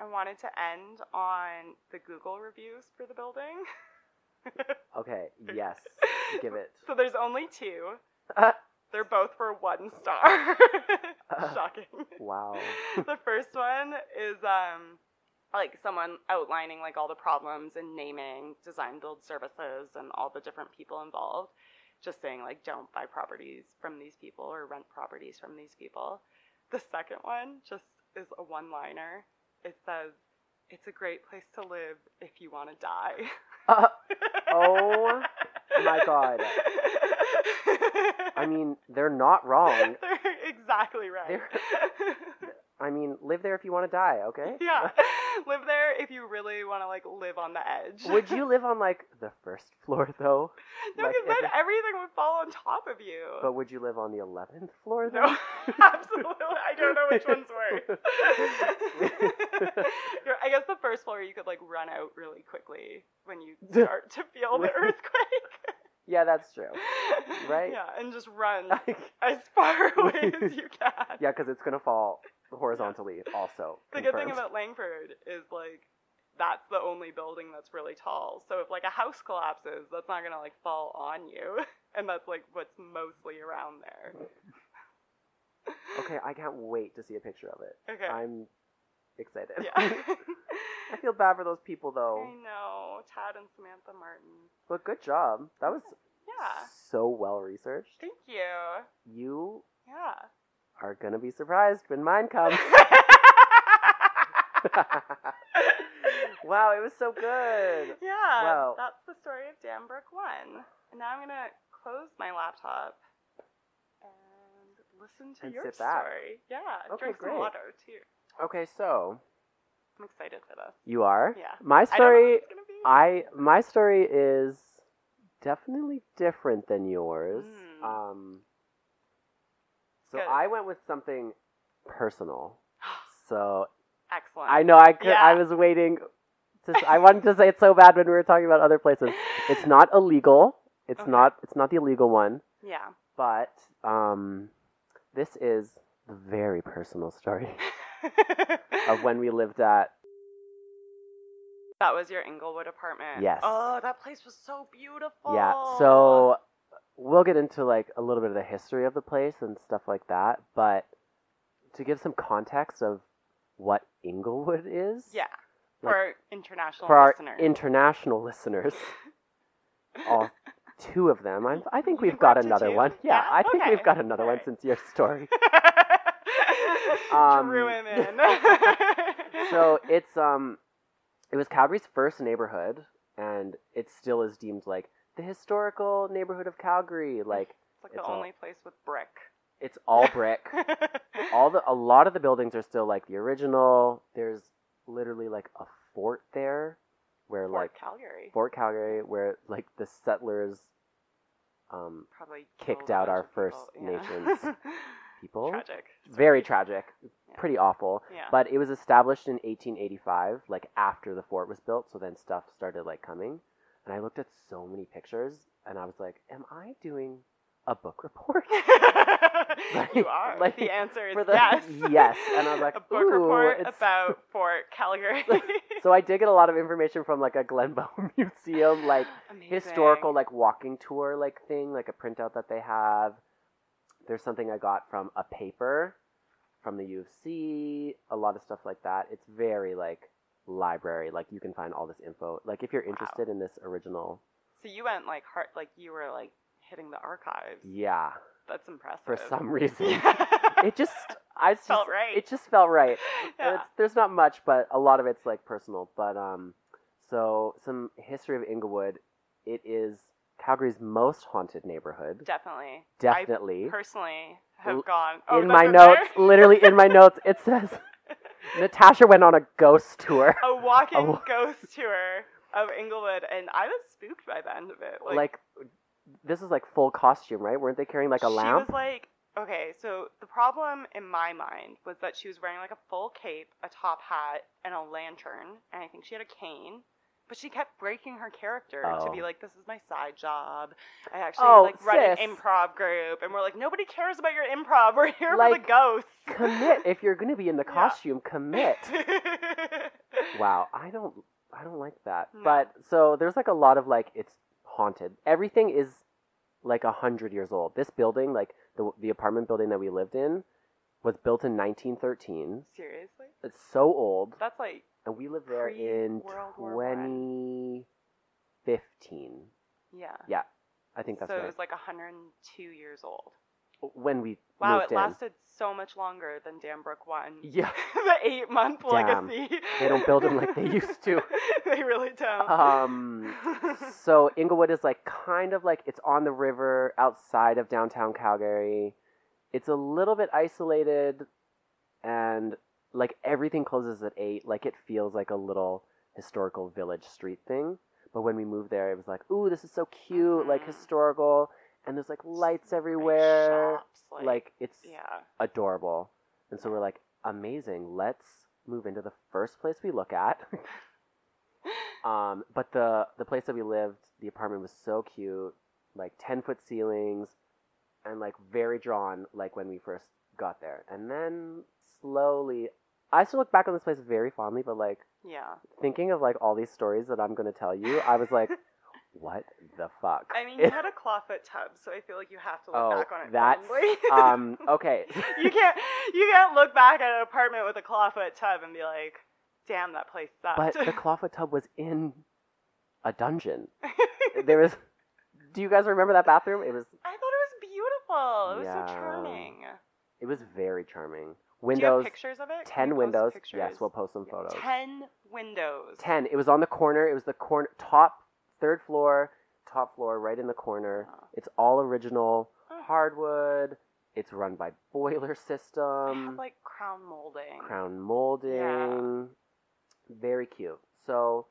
I wanted to end on the Google reviews for the building. okay. Yes, give it. So there's only two. Uh. They're both for one star. Uh. Shocking. Wow. the first one is um like someone outlining like all the problems and naming design build services and all the different people involved just saying like don't buy properties from these people or rent properties from these people the second one just is a one liner it says it's a great place to live if you want to die Uh, oh my God. I mean, they're not wrong. They're exactly right. I mean, live there if you want to die. Okay. yeah. Live there if you really want to like live on the edge. Would you live on like the first floor though? no, like, because then every- everything would fall on top of you. But would you live on the eleventh floor though? no, absolutely. I don't know which one's worse. You're- I guess the first floor you could like run out really quickly when you start to feel the earthquake. Yeah, that's true. Right. Yeah, and just run as far away as you can. yeah, because it's gonna fall horizontally. Also, The good thing confirmed. about Langford is like that's the only building that's really tall. So if like a house collapses, that's not gonna like fall on you, and that's like what's mostly around there. Okay, I can't wait to see a picture of it. Okay. I'm excited. yeah. Mm. I feel bad for those people though. I know Tad and Samantha Martin. But good job. That was Yeah. so well researched. Thank you. You Yeah. are gonna be surprised when mine comes. wow, it was so good. Yeah. Wow. That's the story of Danbrook One. And now I'm gonna close my laptop and listen to And your sit back. story. Yeah. Okay, drink some great. water too. Okay, so I'm excited for this. you are. Yeah. My I don't know what story. it's gonna be. I my story is definitely different than yours. Mm. Um. So Good. I went with something personal. So Excellent. I know I could, I Yeah. was waiting. To, I wanted to say it so bad when we were talking about other places. It's not illegal. It's Okay. not. It's not the illegal one. Yeah. But um, this is the very personal story of when we lived at. that was your Inglewood apartment. Yes. Oh, that place was so beautiful. Yeah. So we'll get into like a little bit of the history of the place and stuff like that. But to give some context of what Inglewood is. Yeah. for our international for our listeners. international listeners, all two of them. I'm, I think You we've got got to another two? one. Yeah, Yeah? I think we've Okay. got another one Alright. since your story. Um, um, Drew him in. so it's um, it was Calgary's first neighborhood, and it still is deemed like the historical neighborhood of Calgary. Like it's like it's the all- only place with brick. it's all brick. all the a lot of the buildings are still like the original. There's literally like a fort there, where Fort like Calgary. Fort Calgary, where like the settlers, um, Probably kicked killed a out bunch our of people. First Yeah. Nations people, Tragic. very tragic, Yeah. pretty awful. Yeah. But it was established in 1885, like after the fort was built. So then stuff started like coming, and I looked at so many pictures, and I was like, "Am I doing a book report?" you are. like, the answer is for the- yes. yes. And I was like, a book ooh, report it's- about Fort Calgary. so I did get a lot of information from like a Glenbow Museum, like Amazing. historical like walking tour like thing, like a printout that they have. There's something I got from a paper from the U of C, a lot of stuff like that. It's very like library, like you can find all this info. Like if you're interested in this original, So you went like hard, like you were like hitting the archives. yeah, That's impressive. for some reason, Yeah. it just I just, Felt right. It just felt right. Yeah. It's, there's not much, but a lot of it's like personal. But um, so some history of Inglewood. It is Calgary's most haunted neighborhood. Definitely. Definitely. I personally have L- gone. Oh, in that's my right notes, there. literally in my notes, it says Natasha went on a ghost tour. a walking A wa- ghost tour of Inglewood, and I was spooked by the end of it. Like, this is like full costume, right? Weren't they carrying like a lamp? She was like, okay, so the problem in my mind was that she was wearing like a full cape, a top hat, and a lantern, and I think she had a cane. But she kept breaking her character to Oh. be like, "This is my side job. I actually Oh, like run sis. an improv group," and we're like, "Nobody cares about your improv. We're here for Like, the ghosts." commit if you're gonna be in the Yeah. costume. Commit. wow, I don't, I don't like that. No. But so there's like a lot of like it's haunted. Everything is like a hundred years old. This building, like the the apartment building that we lived in, was built in 1913. Seriously, It's so old, that's like and we lived there Pre- in World War One. 2015. yeah. I think that's so. right. It was like 102 years old. when we Wow, moved it in. lasted so much longer than Danbrook One. Yeah. the eight month Damn. legacy. They don't build 'em like they used to. they really don't. Um, so Inglewood is like kind of like it's on the river outside of downtown Calgary. It's a little bit isolated and like everything closes at 8. Like it feels like a little historical village street thing. But when we moved there, it was like, "Ooh, this is so cute, like Mhm. historical." And there's like lights Like everywhere. shops, like, it's yeah, adorable. And so we're like, "Amazing. Let's move into the first place we look at." Um, but the the place that we lived, the apartment was so cute, like ten foot ceilings, and like very drawn, like when we first got there. And then slowly, I still look back on this place very fondly. But like yeah. thinking of like all these stories that I'm gonna tell you, I was like, what the fuck? I mean, you had a clawfoot tub, so I feel like you have to look oh, back on it. that's fondly. um okay. you can't you can't look back at an apartment with a clawfoot tub and be like, "Damn, that place But sucked." the clawfoot tub was in a dungeon. There was. Do you guys remember that bathroom? It was I thought it was beautiful. It was so Yeah. charming. It was very charming. Do you have Windows, pictures of it? Can you ten post windows. pictures? Yes, we'll post some photos. Ten windows. Ten. It was on the corner. It was the corner, top, third floor, top floor, right in the corner. Wow. It's all original Huh. hardwood. It's run by boiler They have, system, like crown molding. um, crown molding. Very cute. So,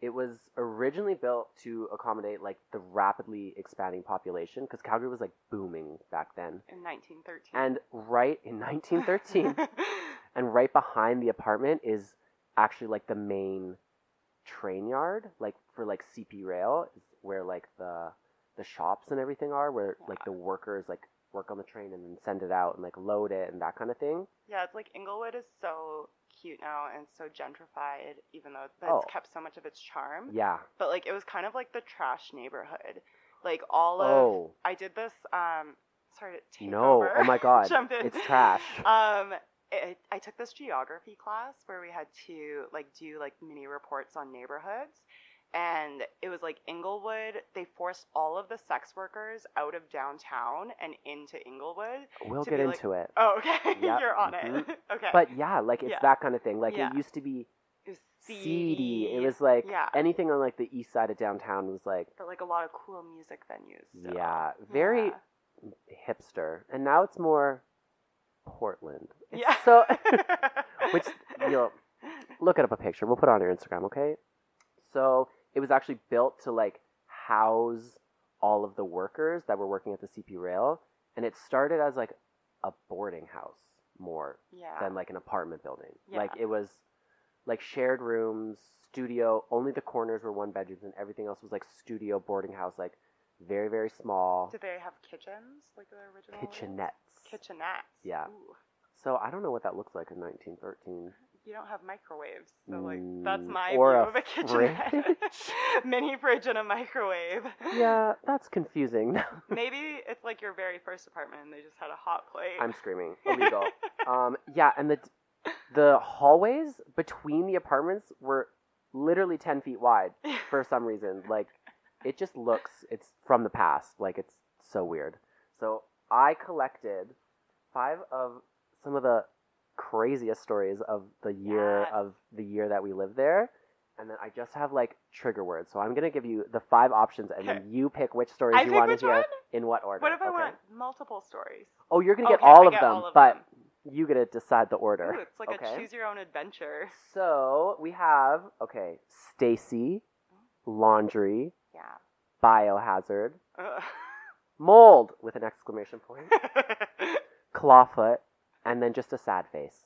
it was originally built to accommodate like the rapidly expanding population because Calgary was like booming back then. in 1913. And right in 1913, and right behind the apartment is actually like the main train yard like for like cp rail is where like the the shops and everything are where like the workers like work on the train and then send it out and like load it and that kind of thing yeah, it's like Inglewood is so cute now and so gentrified, even though it's Oh. kept so much of its charm. yeah But like it was kind of like the trash neighborhood. Like all of oh I did this. Um, sorry to take no over. oh my god Jump in. it's trash Um, i- I, I took this geography class where we had to like do like mini reports on neighborhoods and it was like Inglewood they forced all of the sex workers out of downtown and into Inglewood We'll to get be, like- into it. oh okay Yep, you're on mhm. it okay But yeah, like it's Yeah. that kind of thing. Like Yeah. it used to be it was seedy. It was like yeah anything on like the east side of downtown was like but like a lot of cool music venues still. yeah, very Yeah. hipster. And now it's more Portland. It's Yeah. So which you'll look it up a picture. We'll put it on our Instagram, okay? So it was actually built to like house all of the workers that were working at the CP Rail, and it started as like a boarding house more yeah than like an apartment building. Yeah. Like it was like shared rooms, studio. Only the corners were one bedrooms, and everything else was like studio boarding house, like very very small did they have kitchens like the original kitchenettes. kitchenettes Yeah. Ooh. So I don't know what that looks like in 1913. you don't have microwaves, so like that's Mm, my or view a of a kitchen. fridge. Mini fridge and a microwave. Yeah, that's confusing. Maybe it's like your very first apartment and they just had a hot plate. I'm screaming. Illegal. um, yeah, and the the hallways between the apartments were literally ten feet wide for some reason. Like, it just looks it's from the past. Like it's so weird. So I collected five of some of the craziest stories of the year Yes. of the year that we lived there. And then I just have like trigger words. So I'm gonna give you the five options, and then you pick which stories I you pick want which to hear one? in what order. What if I okay? want multiple stories? Oh, you're gonna get Okay, all I of get them, all of but them. you get to decide the order. Ooh, it's like okay. a choose your own adventure. So we have okay, Stacy, laundry, Yeah. biohazard, Ugh. mold with an exclamation point, clawfoot, and then just a sad face.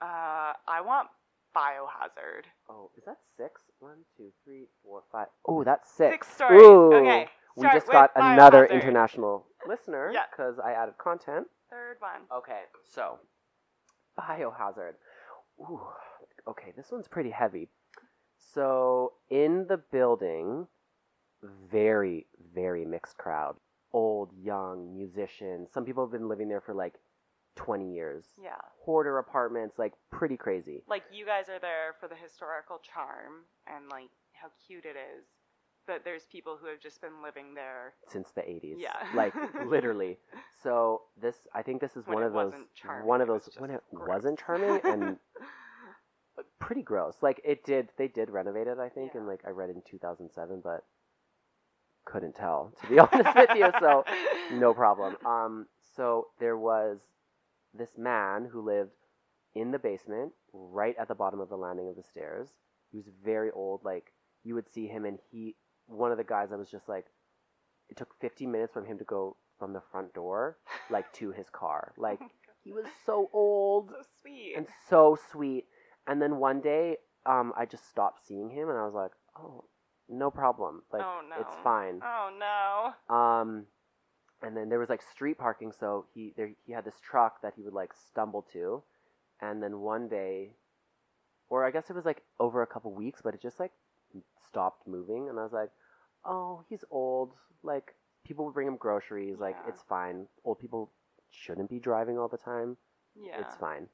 uh, I want biohazard. Oh, is that six? One, two, three, four, five. Oh, that's six. Six stories. Ooh, okay. we start just with got another Biohazard. international listener Yeah. because I added content. Third one. Okay, so biohazard. Ooh, okay, this one's pretty heavy. So in the building, very very mixed crowd. Old, young, musicians. Some people have been living there for like twenty years. Yeah. Hoarder apartments, like pretty crazy. like you guys are there for the historical charm and like how cute it is but there's people who have just been living there since the 80s. Yeah. Like literally. So this I think this is When one it of those wasn't charming, one of it was those just when it gross. wasn't charming and pretty gross. Like it did they did renovate it I think Yeah. and like I read in 2007 but couldn't tell to be honest with you so no problem. Um so there was this man who lived in the basement right at the bottom of the landing of the stairs. He was very old like you would see him and he one of the guys I was just like it took 50 minutes from him to go from the front door like to his car like he was so old so sweet and so sweet and then one day um i just stopped seeing him and i was like oh no problem like oh no it's fine oh no um and then there was like street parking so he there he had this truck that he would like stumble to and then one day or i guess it was like over a couple weeks but it just like stopped moving and i was like oh he's old like people would bring him groceries like Yeah. it's fine old people shouldn't be driving all the time yeah it's fine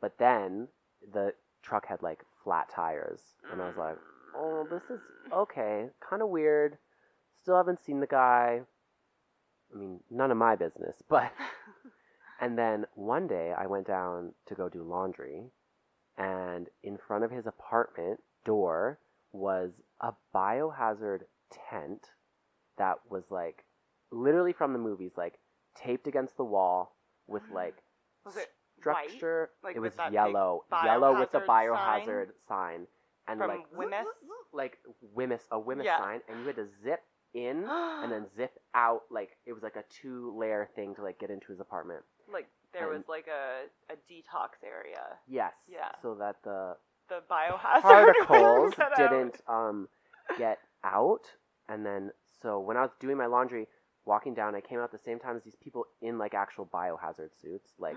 but then the truck had like flat tires and i was Mm. like oh, this is okay, kind of weird. Still haven't seen the guy. I mean, none of my business, but. Mm. And then one day I went down to go do laundry, and in front of his apartment door was a biohazard tent that was like literally from the movies, like taped against the wall with like Mm. was it white? structure. Like, it with was that big yellow, yellow with the biohazard biohazard sign, and From like Wemyss? like Wemyss, a Wemyss Yeah. sign, and you had to zip in and then zip out. Like it was like a two layer thing to like get into his apartment. like there was and- like a, a detox area Yes. Yeah. So that the the biohazard particles set out. didn't um get out, and then so when I was doing my laundry, walking down, I came out the same time as these people in like actual biohazard suits, like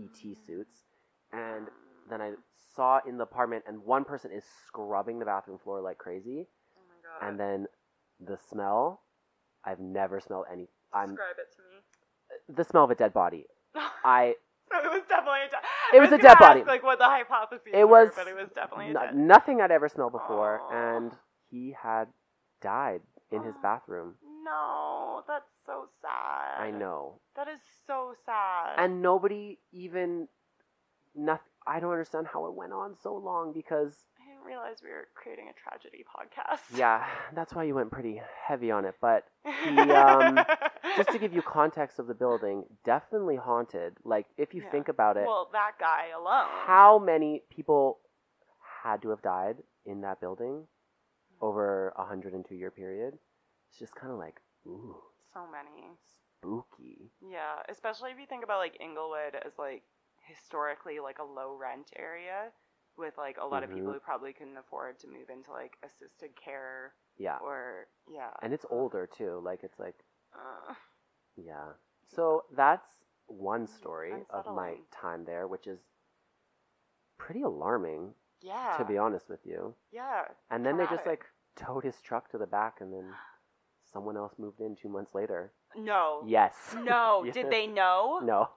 ET suits, and then I saw in the apartment, and one person is scrubbing the bathroom floor like crazy, oh my god and then the smell. I've never smelled any. I'm describe it to me the smell of a dead body. I So it was definitely a. de- It was a dead gonna body. ask, Like what the hypothesis? It were, was but it was definitely a No- dead. nothing I'd ever smelled before, Aw. and he had died in his Aw. bathroom. No, that's so sad. I know, That is so sad. and nobody even nothing. I don't understand how it went on so long because I didn't realize we were creating a tragedy podcast. yeah, that's why you went pretty heavy on it. But he, um, just to give you context of the building, definitely haunted. Like if you Yeah. think about it, Well, that guy alone. how many people had to have died in that building over a 102 year period? It's just kind of like ooh, So many. spooky. Yeah, especially if you think about like Inglewood as like historically like a low rent area with like a lot of people Mhm. who probably couldn't afford to move into like assisted care Yeah. or yeah. And it's older too. Like it's like Uh, yeah. So that's one Mm, story of my Unsettling. time there, which is pretty alarming yeah. to be honest with you. Yeah. And then they just like Traumatic. towed his truck to the back, and then someone else moved in two months later. No. Yes. No. Yeah. Did they know? No.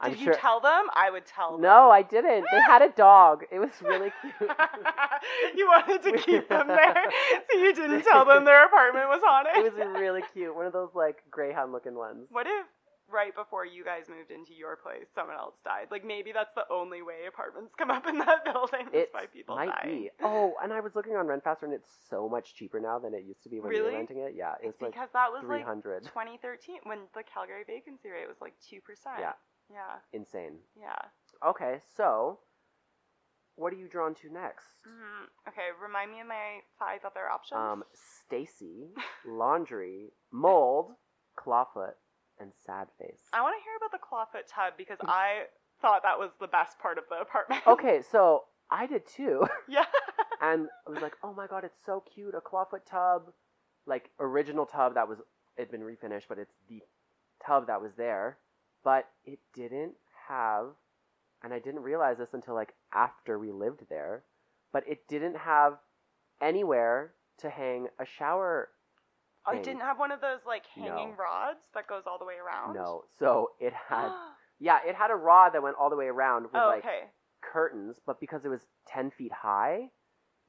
I'm Did sure. you tell them? I would tell them. no, I didn't. They had a dog. It was really cute. you wanted to We- keep them there, so you didn't tell them their apartment was haunted. It was really cute. One of those like greyhound looking ones. What if right before you guys moved into your place, someone else died? Like maybe that's the only way apartments come up in that building is It by people might dying. be. Oh, and I was looking on Rentfaster, and it's so much cheaper now than it used to be when we Really? were renting it. Yeah, it's like because that was three like hundred. 2013 when the Calgary vacancy rate was like two percent. Yeah. Yeah. Insane. Yeah. Okay, so what are you drawn to next? Mhm. Okay. Remind me of my five other options. Um, Stacy, laundry, mold, clawfoot, and sad face. I want to hear about the clawfoot tub because I thought that was the best part of the apartment. Okay, so I did too, yeah. and I was like, oh my god, it's so cute, a clawfoot tub, like original tub that was it had been refinished, but it's the tub that was there, but it didn't have, and I didn't realize this until like after we lived there, but it didn't have anywhere to hang a shower I Thing. didn't have one of those like hanging Oh. No. rods that goes all the way around. No. So it had yeah, it had a rod that went all the way around with oh, like okay. curtains, but because it was ten feet high,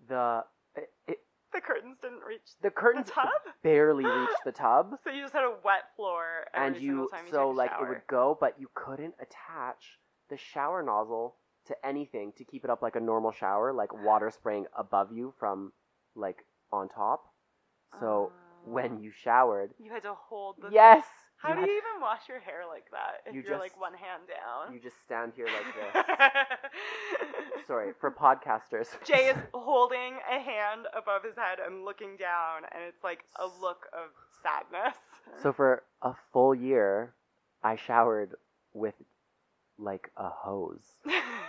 the it, it- The curtains didn't reach the curtains the tub. barely reached the tub, So you just had a wet floor every and you single time you so took a like shower. it would go, but you couldn't attach the shower nozzle to anything to keep it up like a normal shower, like water spraying above you from like on top. So Oh. when you showered, you had to hold the yes, How you do had- you even wash your hair like that if You you are like just- one hand down? you just stand here like this. Sorry, for podcasters. Jay is holding a hand above his head and looking down, and it's like a look of sadness. So for a full year, I showered with like a hose.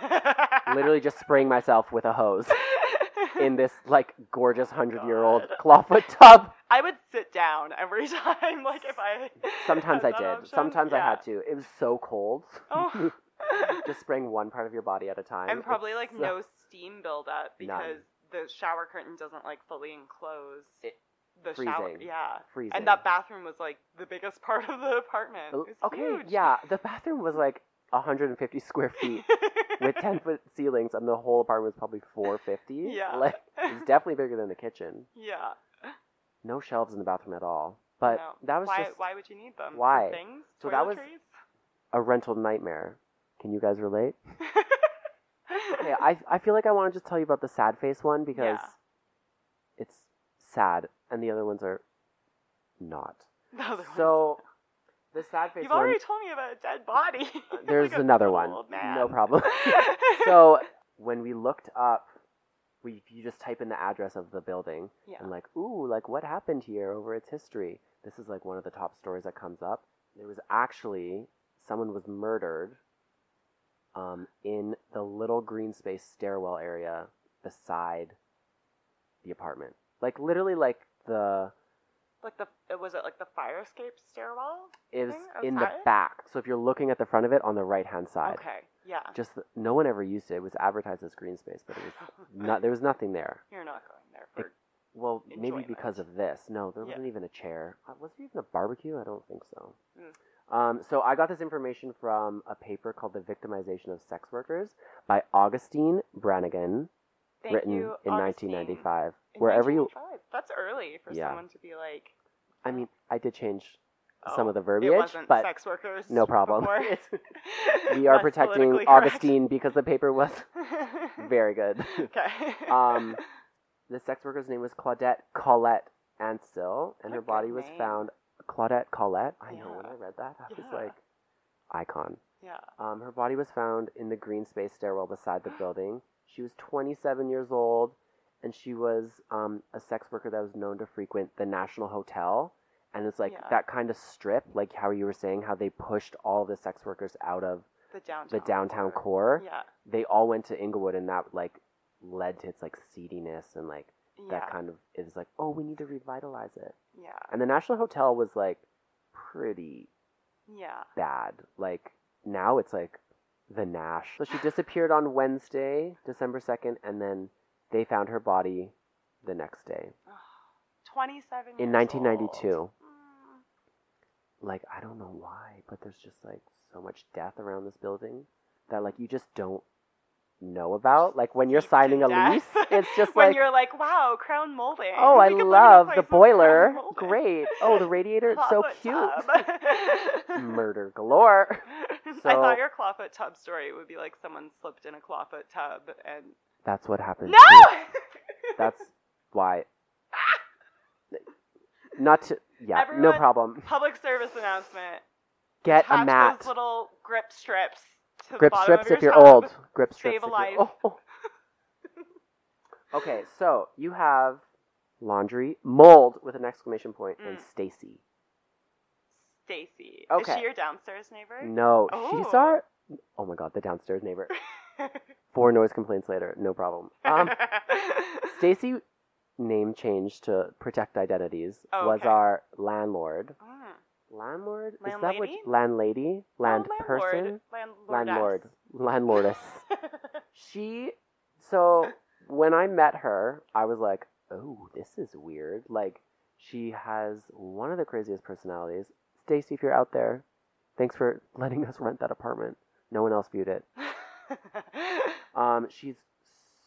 Literally just spraying myself with a hose in this like gorgeous 100-year-old Oh, God. clawfoot tub. I would sit down every time, like if I. Sometimes had I that did. option. Sometimes Yeah. I had to. It was so cold. Oh. just spraying one part of your body at a time. and probably It's like so- no steam buildup because None. the shower curtain doesn't like fully enclose It- the shower. freezing. Yeah. freezing. And that bathroom was like the biggest part of the apartment. It was okay, huge. yeah, the bathroom was like 150 square feet with 10 foot ceilings, and the whole apartment was probably 450. Yeah. like it's definitely bigger than the kitchen. yeah. no shelves in the bathroom at all. But No. that was why just why would you need them? For why? Things? So that was- Toiletries? a rental nightmare. Can you guys relate? Okay, I I feel like I want to just tell you about the sad face one because Yeah. it's sad, and the other ones are not. The other ones. So the sad face You've one. already told me about a dead body. Like there's a another little one. old man. No problem. so when we looked up, we you just type in the address of the building, yeah. and like, ooh, like what happened here over its history. This is like one of the top stories that comes up. There was actually someone was murdered um, in the little green space stairwell area beside the apartment. Like literally, like the Like the was it like the fire escape stairwell? it was Thing in the outside? back. So if you're looking at the front of it on the right hand side, Okay. Yeah. just the, no one ever used it. It was advertised as green space, but it was not. There was nothing there. You're not going there for Well, maybe enjoyment. because of this. No, there Yeah. wasn't even a chair. Uh, Was there even a barbecue? I don't think so. Mm. Um, so I got this information from a paper called The Victimization of Sex Workers by Augustine Brannigan, Thank written you, in Augustine. 1995. In Wherever you, 1995. That's early for Yeah. someone to be like. I mean, I did change Oh, some of the It verbiage, wasn't but sex workers. no problem. before. we are That's protecting politically correct. Augustine because the paper was very good. okay. Um, the sex worker's name was Claudette Collette Ansel, and What her a good body was name. found. Claudette Collette. I know Yeah. when I read that, I was Yeah. like, icon. yeah. Um, her body was found in the green space stairwell beside the building. She was 27 years old, and she was um, a sex worker that was known to frequent the National Hotel. And it's like Yeah. that kind of strip, like how you were saying, how they pushed all the sex workers out of The downtown. the downtown core. core. Yeah. They all went to Inglewood, and that like led to its like seediness and like Yeah. that kind of it was like, oh, we need to revitalize it. yeah. And the National Hotel was like pretty Yeah. bad. Like now it's like the Nash. So she disappeared on Wednesday, December 2nd, and then they found her body the next day Ugh. 27 in years 1992. old. Mm, Like I don't know why, but there's just like so much death around this building that like you just don't know about. Like when you're deep signing a in death. lease, it's just when like you're like, wow, crown molding. Oh, We I could live in a love place the with crown boiler. molding. Great. Oh, the radiator. It's so Clawfoot cute. tub. Murder galore. I So- thought your clawfoot tub story would be like someone slipped in a clawfoot tub and That's what happened. no. too. That's why. Not to. Yeah, no Everyone- problem. Public service announcement. Get Attach a mat. Those little grip strips. To Grip the bottom strips of your if tub. you're old. Grip strips. Save a if life. You're, oh, oh. Okay, so you have laundry mold with an exclamation point and Mm. Stacy. Stacy. Is Okay. she your downstairs neighbor? No, she's Oh. our. Oh my god, the downstairs neighbor. Four noise complaints later, no problem. Um, Stacy name change to protect identities Oh, was okay. our landlord. Mm. Landlord? Is that Landlady? what landlady? Land oh, person? Landlord. Landlord. Landlordess. Landlordess. she so when I met her, I was like, Oh, this is weird. Like, she has one of the craziest personalities. Stacy, if you're out there, thanks for letting us rent that apartment. No one else viewed it. Um, she's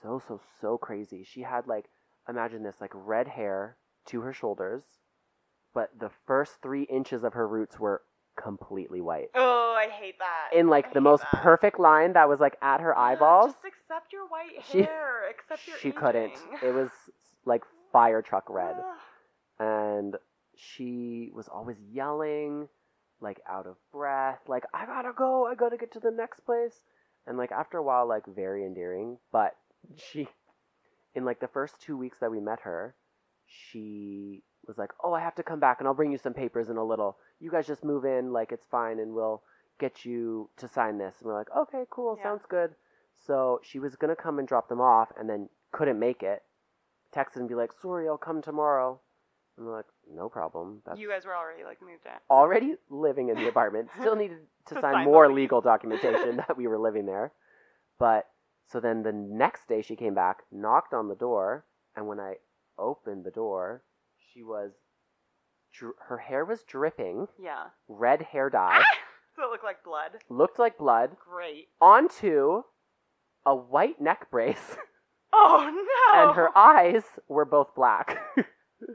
so so so crazy. She had like imagine this like red hair to her shoulders, but the first three inches of her roots were completely white. oh, I hate that. In I like the hate most that. perfect line that was like at her Yeah, eyeballs, Just accept your white She- hair. accept your she couldn't. aging. It was like fire truck red, Ugh. and she was always yelling, like out of breath, like I gotta go, I gotta get to the next place, and like after a while, like very endearing, but she in like the first two weeks that we met her, she was like, "Oh, I have to come back, and I'll bring you some papers in a little. You guys just move in, like it's fine, and we'll get you to sign this." And we're like, "Okay, cool, Yeah. sounds good." So she was gonna come and drop them off, and then couldn't make it. Texted and be like, "Sorry, I'll come tomorrow." And we're like, "No problem." That's You guys were already like moved out. already living in the apartment, still needed to To sign, sign the more lease. legal documentation that we were living there. But so then the next day she came back, knocked on the door, and when I opened the door, she was dr- her hair was dripping, Yeah. red hair dye, Ah! So it looked like blood. looked like blood, Great. onto a white neck brace, Oh no. and her eyes were both black.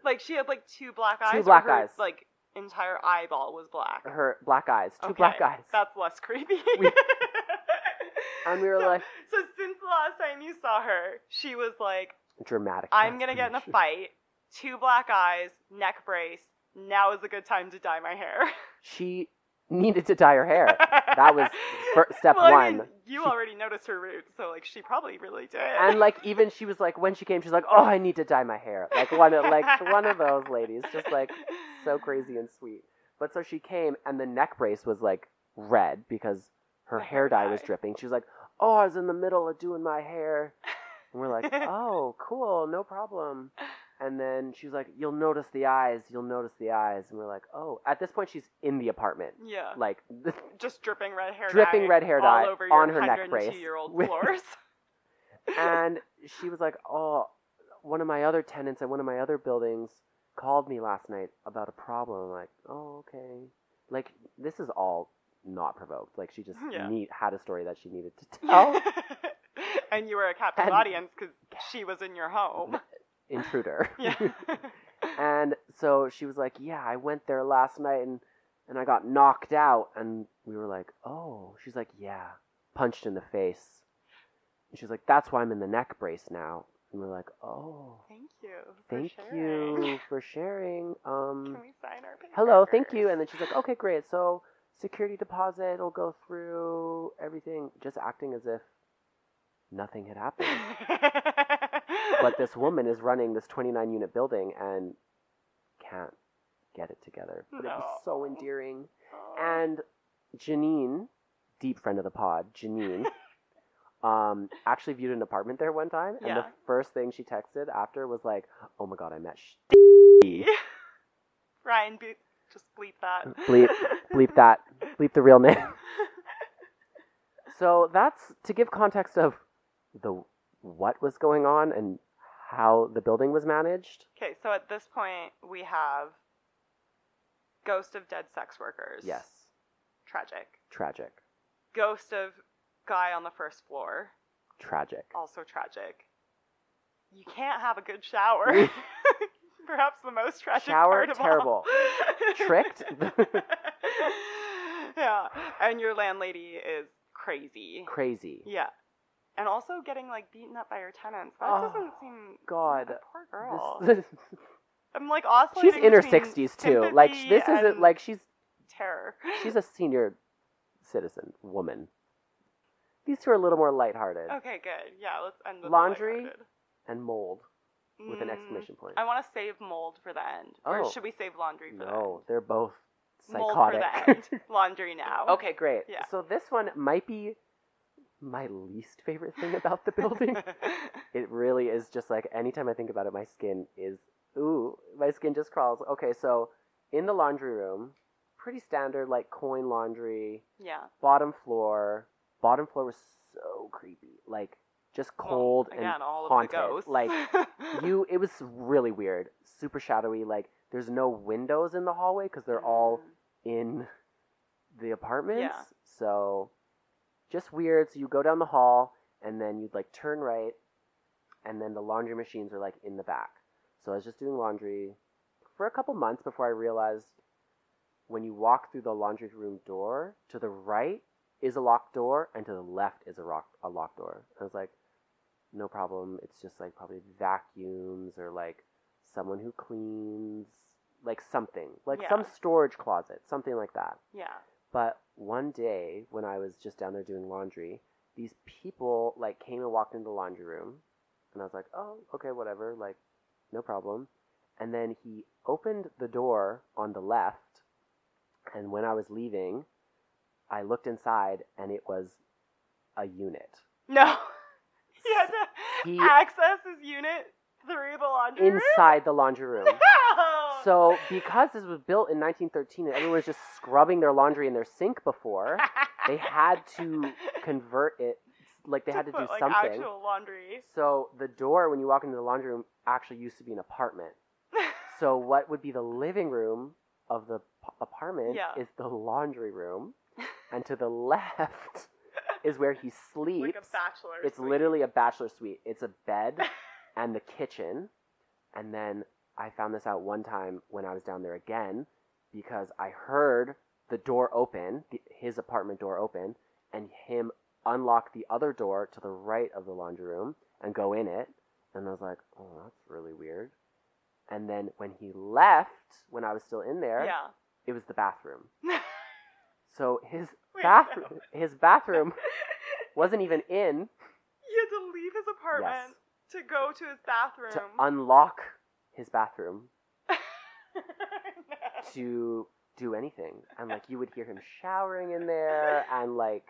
like she had like two black eyes. or black her, eyes. Like entire eyeball was black. her black eyes, two Okay, black eyes. That's less creepy. We- and we were so, like so since the last time you saw her, she was like, dramatic. "I'm gonna get in a transformation. fight. Two black eyes, neck brace. Now is a good time to dye my hair." She needed to dye her hair. That was fir- step well, I one. mean, you already noticed her roots, so like she probably really did. and like even she was like when she came, she's like, oh, I need to dye my hair. Like one of like one of those ladies, just like so crazy and sweet. But so she came, and the neck brace was like red because her The hair hair dye was dye. dripping. She was like, oh, I was in the middle of doing my hair. And we're like, oh, cool, no problem. And then she's like, you'll notice the eyes, you'll notice the eyes. And we're like, oh, at this point, she's in the apartment. Yeah, Like, just dripping red hair. Dripping dye red all hair dye over on your her neck brace Year old with- floors. and she was like, "Oh, one of my other tenants at one of my other buildings called me last night about a problem." I'm like, "Oh, okay." Like this is all not provoked. Like she just Yeah. need, had a story that she needed to tell. and you were a captive Oh. And- audience because she was in your home. Intruder. Yeah. And so she was like, "Yeah, I went there last night and and I got knocked out." And we were like, "Oh." She's like, "Yeah, punched in the face." And she's like, "That's why I'm in the neck brace now." And we're like, "Oh, Thank you. for thank sharing. you for sharing." Um, Can we sign our papers? hello, thank you. And then she's like, "Okay, great. So security deposit will go through everything." Just acting as if nothing had happened. but this woman is running this 29 unit building and can't get it together. But it was so No. endearing. And Janine, deep friend of the pod, Janine, um, actually viewed an apartment there one time, and the Yeah. first thing she texted after was like, "Oh my god, I met sh- Ryan, be- just bleep that. Bleep. bleep that, bleep the real name." so that's to give context of the what was going on and how the building was managed. okay, so at this point we have Ghost of Dead Sex Workers. Yes, Tragic. tragic, Ghost of Guy on the First Floor. tragic. Also tragic. You can't have a good shower. Perhaps the most tragic Shower, part of terrible. all. Tricked? yeah, and your landlady is crazy. Crazy. Yeah. And also getting like beaten up by her tenants. That Oh, doesn't seem God, that Poor girl. This- I'm like oscillating. she's in her between sixties too. Like sympathy this isn't and like she's terror. she's a senior citizen woman. These two are a little more lighthearted Okay, good. Yeah, let's end with Laundry? lighthearted. and mold with an Mm, exclamation point. I want to save mold for the end, Oh. or should we save laundry for No, they're both the end? Mold psychotic. for the end. laundry now. okay, great. Oh, Yeah. So this one might be my least favorite thing about the building. it really is just like anytime I think about it, my skin is ooh, my skin just crawls. Okay, so in the laundry room, pretty standard like coin laundry. yeah. bottom floor. Bottom floor was so creepy. Like just Well, cold again, and all haunted, Of the ghosts. like, you it was really weird. Super shadowy. Like there's no windows in the hallway cuz they're all Mm. in the apartments. So just weird. So you go down the hall and then you'd like turn right and then the laundry machines are like in the back. So I was just doing laundry for a couple months before I realized when you walk through the laundry room door, to the right is a locked door and to the left is a rock a locked door. I was like, no problem. It's just like probably vacuums or like someone who cleans like something. Like Yeah. some storage closet, something like that. Yeah. But one day when I was just down there doing laundry, these people like came and walked into the laundry room and I was like, Oh, okay, whatever, like no problem. And then he opened the door on the left and when I was leaving, I looked inside and it was a unit. No. he had to He access his unit through the laundry room. inside the laundry room. No! So because this was built in 1913 and everyone was just scrubbing their laundry in their sink before, they had to convert it like they had to do put, like, something Actual laundry. so the door when you walk into the laundry room actually used to be an apartment so what would be the living room of the p- apartment Yeah. is the laundry room and to the left is where he sleeps like a bachelor. it's suite. literally a bachelor suite it's a bed and the kitchen and then i found this out one time when i was down there again because i heard the door open the, his apartment door open and him unlock the other door to the right of the laundry room and go in it and i was like oh that's really weird and then when he left when i was still in there Yeah. it was the bathroom so his Wait, bathroom no. his bathroom wasn't even in He had to leave his apartment to go to his bathroom. to unlock his bathroom No. to do anything. And like you would hear him showering in there and like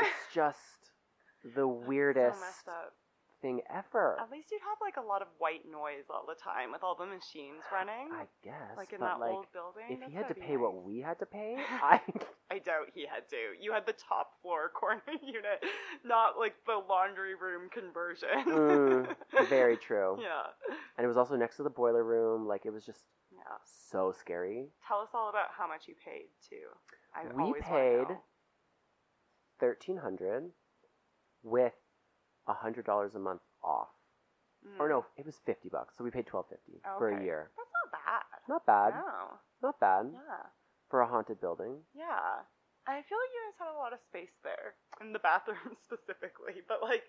it's just the So weirdest messed up. thing ever. At least you'd have like a lot of white noise all the time with all the machines running. I guess. like in but that like, old building. if That's he had to gotta be pay what nice. we had to pay, I I doubt he had to. You had the top floor corner unit, not like the laundry room conversion. Mm, very true. Yeah. And it was also next to the boiler room. Like it was just Yeah. so scary. Tell us all about how much you paid too. I We always wanna paid- know. Thirteen hundred with a hundred dollars a month off. Mm. Or no, it was fifty bucks. So we paid twelve fifty for a Okay. Oh. year. That's not bad. Not bad. No. Not bad Yeah. for a haunted building. Yeah. I feel like you guys had a lot of space there in the bathroom specifically, but like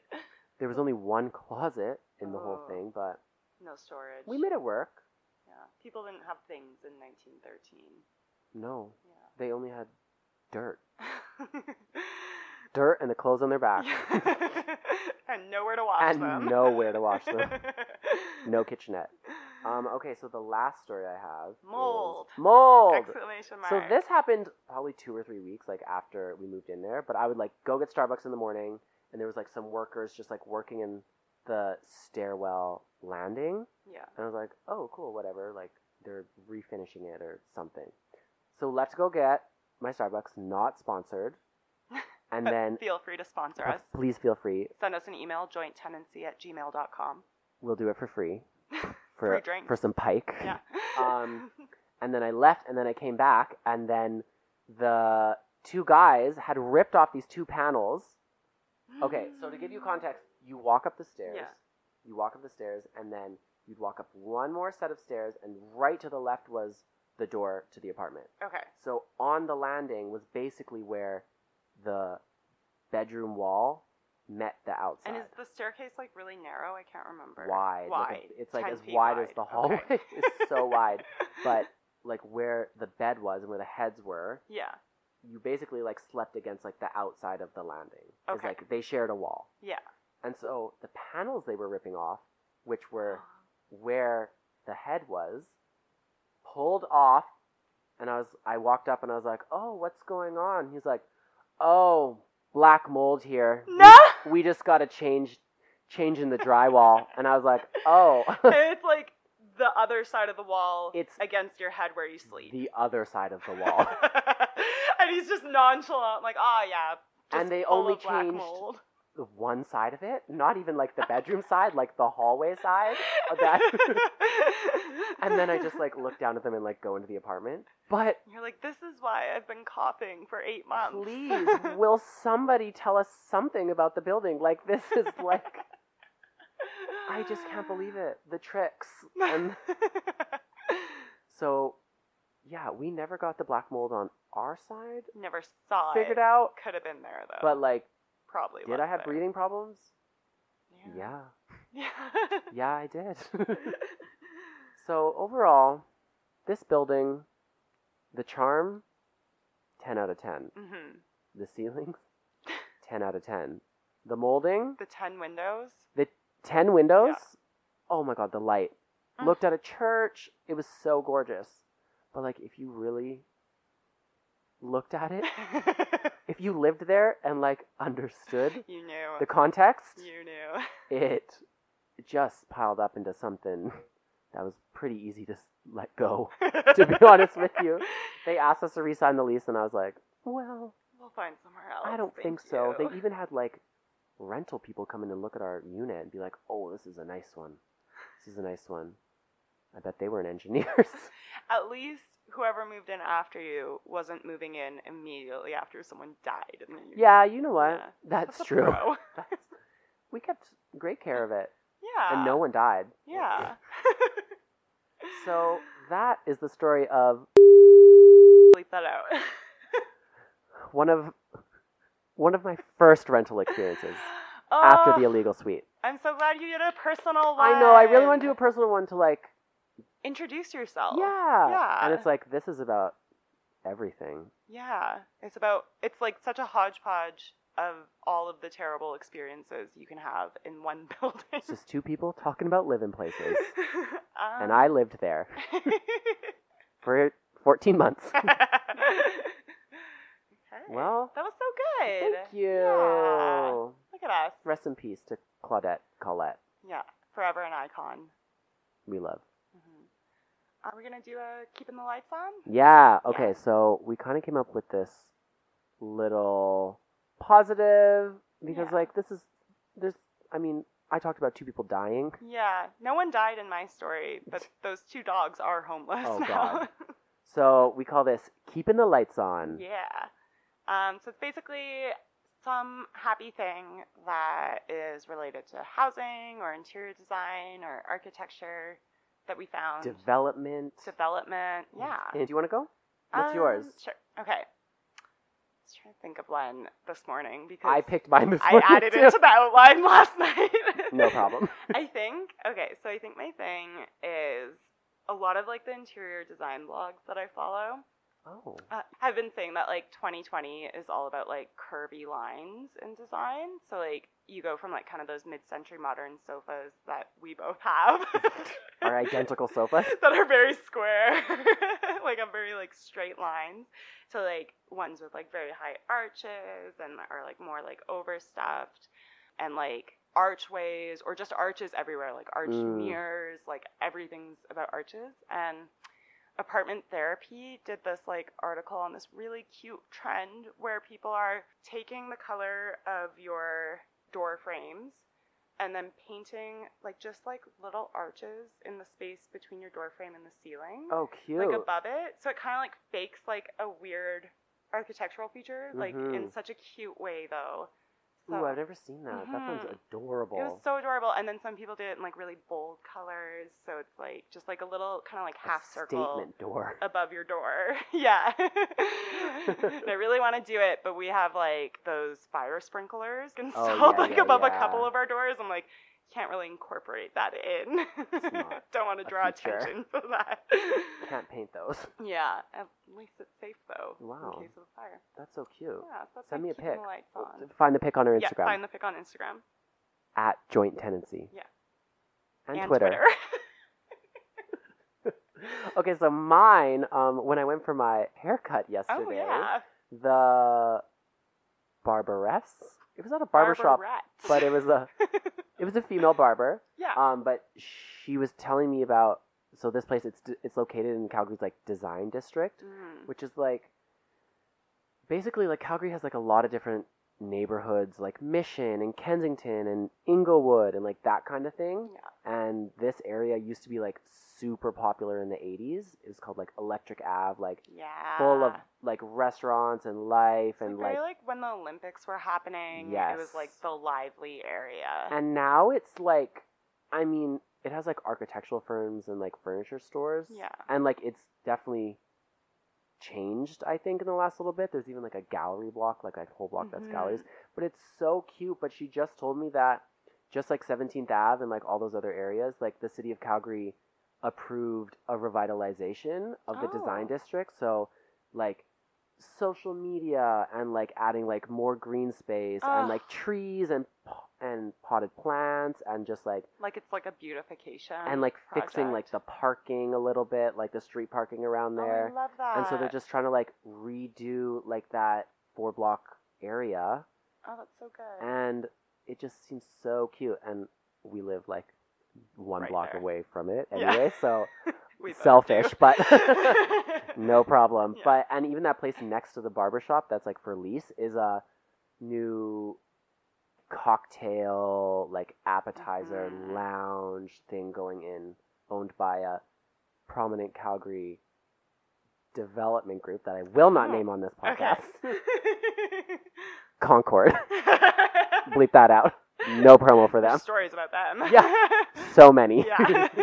There was only one closet in the whole Oh. thing, but no storage. we made it work. Yeah. People didn't have things in 1913. No, Yeah. they only had dirt, dirt, and the clothes on their back. and nowhere to wash And them. nowhere to wash them. No kitchenette. Um, okay, so the last story I have is- Mold. mold. Exclamation mark. oh, So this happened probably two or three weeks like after we moved in there. But I would like go get Starbucks in the morning, and there was like some workers just like working in the stairwell landing, Yeah. and I was like, oh cool, whatever. Like they're refinishing it or something. So let's go get my Starbucks, not sponsored, and then uh, Feel free to sponsor us. please feel free. Send us an email, jointtenancy at gmail.com. We'll do it for free for Free drinks. for some pike. Yeah. Um, and then I left, and then I came back, and then the two guys had ripped off these two panels. Okay, so to give you context, you walk up the stairs, Yeah. you walk up the stairs, and then you'd walk up one more set of stairs, and right to the left was the door to the apartment. Okay. So on the landing was basically where the bedroom wall met the outside. And is the staircase like really narrow? I can't remember. wide, Wide. Like a- it's like 10 as feet wide, as the Okay. hallway. it's so wide, but like where the bed was and where the heads were, yeah, you basically like slept against like the outside of the landing. It's Okay. like they shared a wall. yeah. And so the panels they were ripping off, which were where the head was, pulled off and I was I walked up and I was like, Oh, what's going on? He's like, Oh, black mold here. We- No, We, just gotta change change in the drywall. and I was like, Oh it's like the other side of the wall. It's- against your head where you sleep. the other side of the wall. and he's just nonchalant, like, oh yeah. just And they full only of black changed- mold." the one side of it, not even like the bedroom side, like the hallway side. of that. And then I just like look down at them and like go into the apartment. But You're like, this is why I've been coughing for eight months. please, will somebody tell us something about the building? Like this is like I just can't believe it. Um, The tricks. And so yeah, we never got the black mold on our side Never saw it. figured out. Could have been there though. But like probably. did was I have there. breathing problems? Yeah. Yeah. Yeah. Yeah, I did. so overall, this building, the charm, ten out of ten. hmm The ceilings, ten out of ten. The molding, The ten windows. ten windows. Oh my god, the light. Mm. Looked at a church. It was so gorgeous. But like if you really looked at it, if you lived there and like understood you knew. the context, You knew. it just piled up into something that was pretty easy to s- let go. To be honest with you, they asked us to re-sign the lease, and I was like, "Well, we'll find somewhere else. I don't thank think so." you. They even had like rental people come in and look at our unit and be like, "Oh, this is a nice one. This is a nice one." I bet they weren't engineers. At least whoever moved in after you wasn't moving in immediately after someone died. In the unit. yeah, you know what? Yeah. That's, a true. pro. That's, we kept great care of it, Yeah. and no one died. Yeah. So that is the story of Bleep that out. one of one of my first rental experiences Oh, after the illegal suite. I'm so glad you did a personal one. I know. I really want to do a personal one to like, Introduce yourself. yeah. Oh. yeah. and it's like this is about everything. Yeah. It's about it's like such a hodgepodge of all of the terrible experiences you can have in one building. It's just two people talking about living places, um, and I lived there for 14 months. Okay. Well, that was so good. thank you. Yeah. Look at us. Rest in peace to Claudette Collette. Yeah, forever an icon. We love. hmm Are we gonna do a keeping the lights on? Yeah. Okay. So we kind of came up with this little positive because, Yeah. like, this is there's. I mean, I talked about two people dying. Yeah, no one died in my story, but those two dogs are homeless Oh, now. God. So we call this keeping the lights on. yeah. Um, so it's basically some happy thing that is related to housing or interior design or architecture that we found. Development. Development. Yeah. Mm, And do you want to go? What's Um, yours? Sure. Okay. I was trying to think of one this morning because I picked mine this I morning, added too. it to that line last night. No problem. I think okay, so I think my thing is a lot of like the interior design blogs that I follow Oh. uh, have been saying that like 2020 is all about like curvy lines in design. So like you go from like kind of those mid-century modern sofas that we both have. Our identical sofas. that are very square, like a very like straight lines, to like ones with like very high arches and are like more like overstuffed, and like archways or just arches everywhere, like arch Mm. mirrors, like everything's about arches and. Apartment therapy did this like article on this really cute trend where people are taking the color of your door frames and then painting like just like little arches in the space between your door frame and the ceiling, Oh, cute. like above it. So it kind of like fakes like a weird architectural feature, like in Mhm. such a cute way though. So Ooh, I've never seen that. That sounds Mhm. adorable. it was so adorable. And then some people did it in like really bold colors, so it's like just like a little kind of like A half circle Statement door. above your door. yeah. I really want to do it, but we have like those fire sprinklers installed Oh, yeah, like yeah, above a yeah. couple of our doors. I'm like, can't really incorporate that in. not Don't want to a draw feature. attention to that. Can't paint those. Yeah, at least it's safe though. Wow. In case of a fire. That's so cute. Yeah, so that's Send like me a keeping pic. The lights on. Find the pic on her Yeah, Instagram find the pic on Instagram at joint tenancy. Yeah. And, Twitter. okay, so mine. Um, when I went for my haircut yesterday, oh yeah. the barberess. It was not a barbershop, Barberette. but it was a it was a female barber. yeah. Um, but she was telling me about so this place. It's it's located in Calgary's like design district, Mm. which is like basically like Calgary has like a lot of different neighborhoods like Mission and Kensington and Inglewood and like that kind of thing. Yeah. And this area used to be like super popular in the 80s. It was called like Electric Ave, like Yeah. full of like restaurants and life and like, like very, like when the Olympics were happening. It was Yes. like the lively area. and now it's like I mean, it has like architectural firms and like furniture stores. Yeah. And like it's definitely changed, I think, in the last little bit. There's even like a gallery block, like a whole block Mhm. that's galleries. But it's so cute. But she just told me that just like 17th Ave and like all those other areas, like the city of Calgary approved a revitalization of the Oh. design district. So like social media and like adding like more green space Ugh. and like trees and p- and potted plants and just like like it's like a beautification and like fixing like project. the parking a little bit, like the street parking around there. Oh, I love that. And so they're just trying to like redo like that four block area oh, that's so good. and it just seems so cute and we live like one Right block there. away from it Yeah. anyway, so We both selfish, do. but no problem. Yeah. But and even that place next to the barber shop that's like for lease is a new cocktail like appetizer Mhm. lounge thing going in owned by a prominent Calgary development group that I will not Oh, name on this okay. podcast. Concord. Bleep that out. No promo for There's them. stories about them. So many. yeah.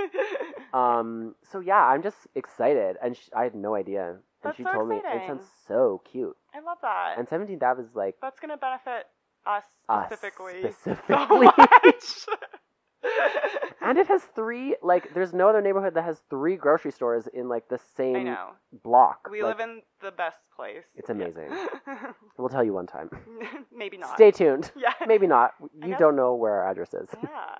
um so yeah, I'm just excited and sh- I had no idea and That's she so told me exciting. it sounds so cute. I love that. And 17th Ave is like that's gonna benefit us us specifically. so specifically. much. and it has three like there's no other neighborhood that has three grocery stores in like the I same know. block. We Like, live in the best place. It's Yeah. amazing. We'll tell you one time. Maybe not. Stay tuned. Yeah. Maybe not. I You guess- don't know where our address is. yeah.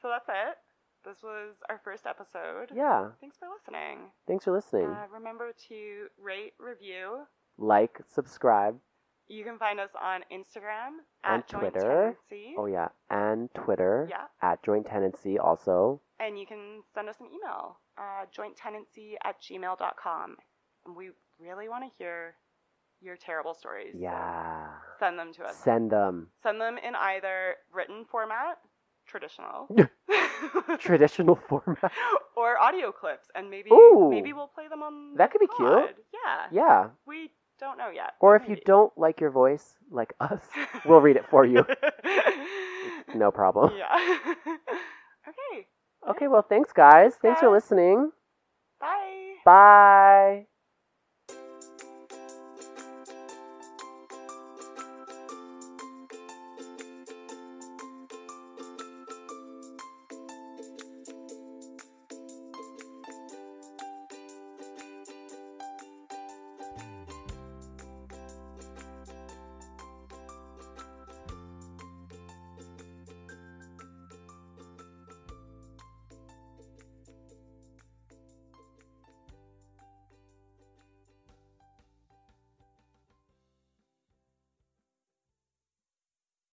So that's it. This was our first episode. Yeah. Thanks for listening. Thanks for listening. Uh, remember to rate, review, Like, subscribe, You can find us on Instagram On at Joint Twitter. Tenancy. Oh yeah, and Twitter Yeah. at Joint Tenancy also. And you can send us an email, uh, jointtenancy at gmail.com. And we really want to hear your terrible stories. so Yeah, send them to us. send them Send them in either written format, traditional, traditional format. or audio clips. And maybe Ooh. maybe we'll play them on. That could be the cute. pod. Yeah. Yeah, We don't know yet. or if you Maybe. don't like your voice, like us, we'll read it for you. No problem. yeah. okay. Okay, well, thanks guys. Thanks for Guys. listening. Bye. Bye.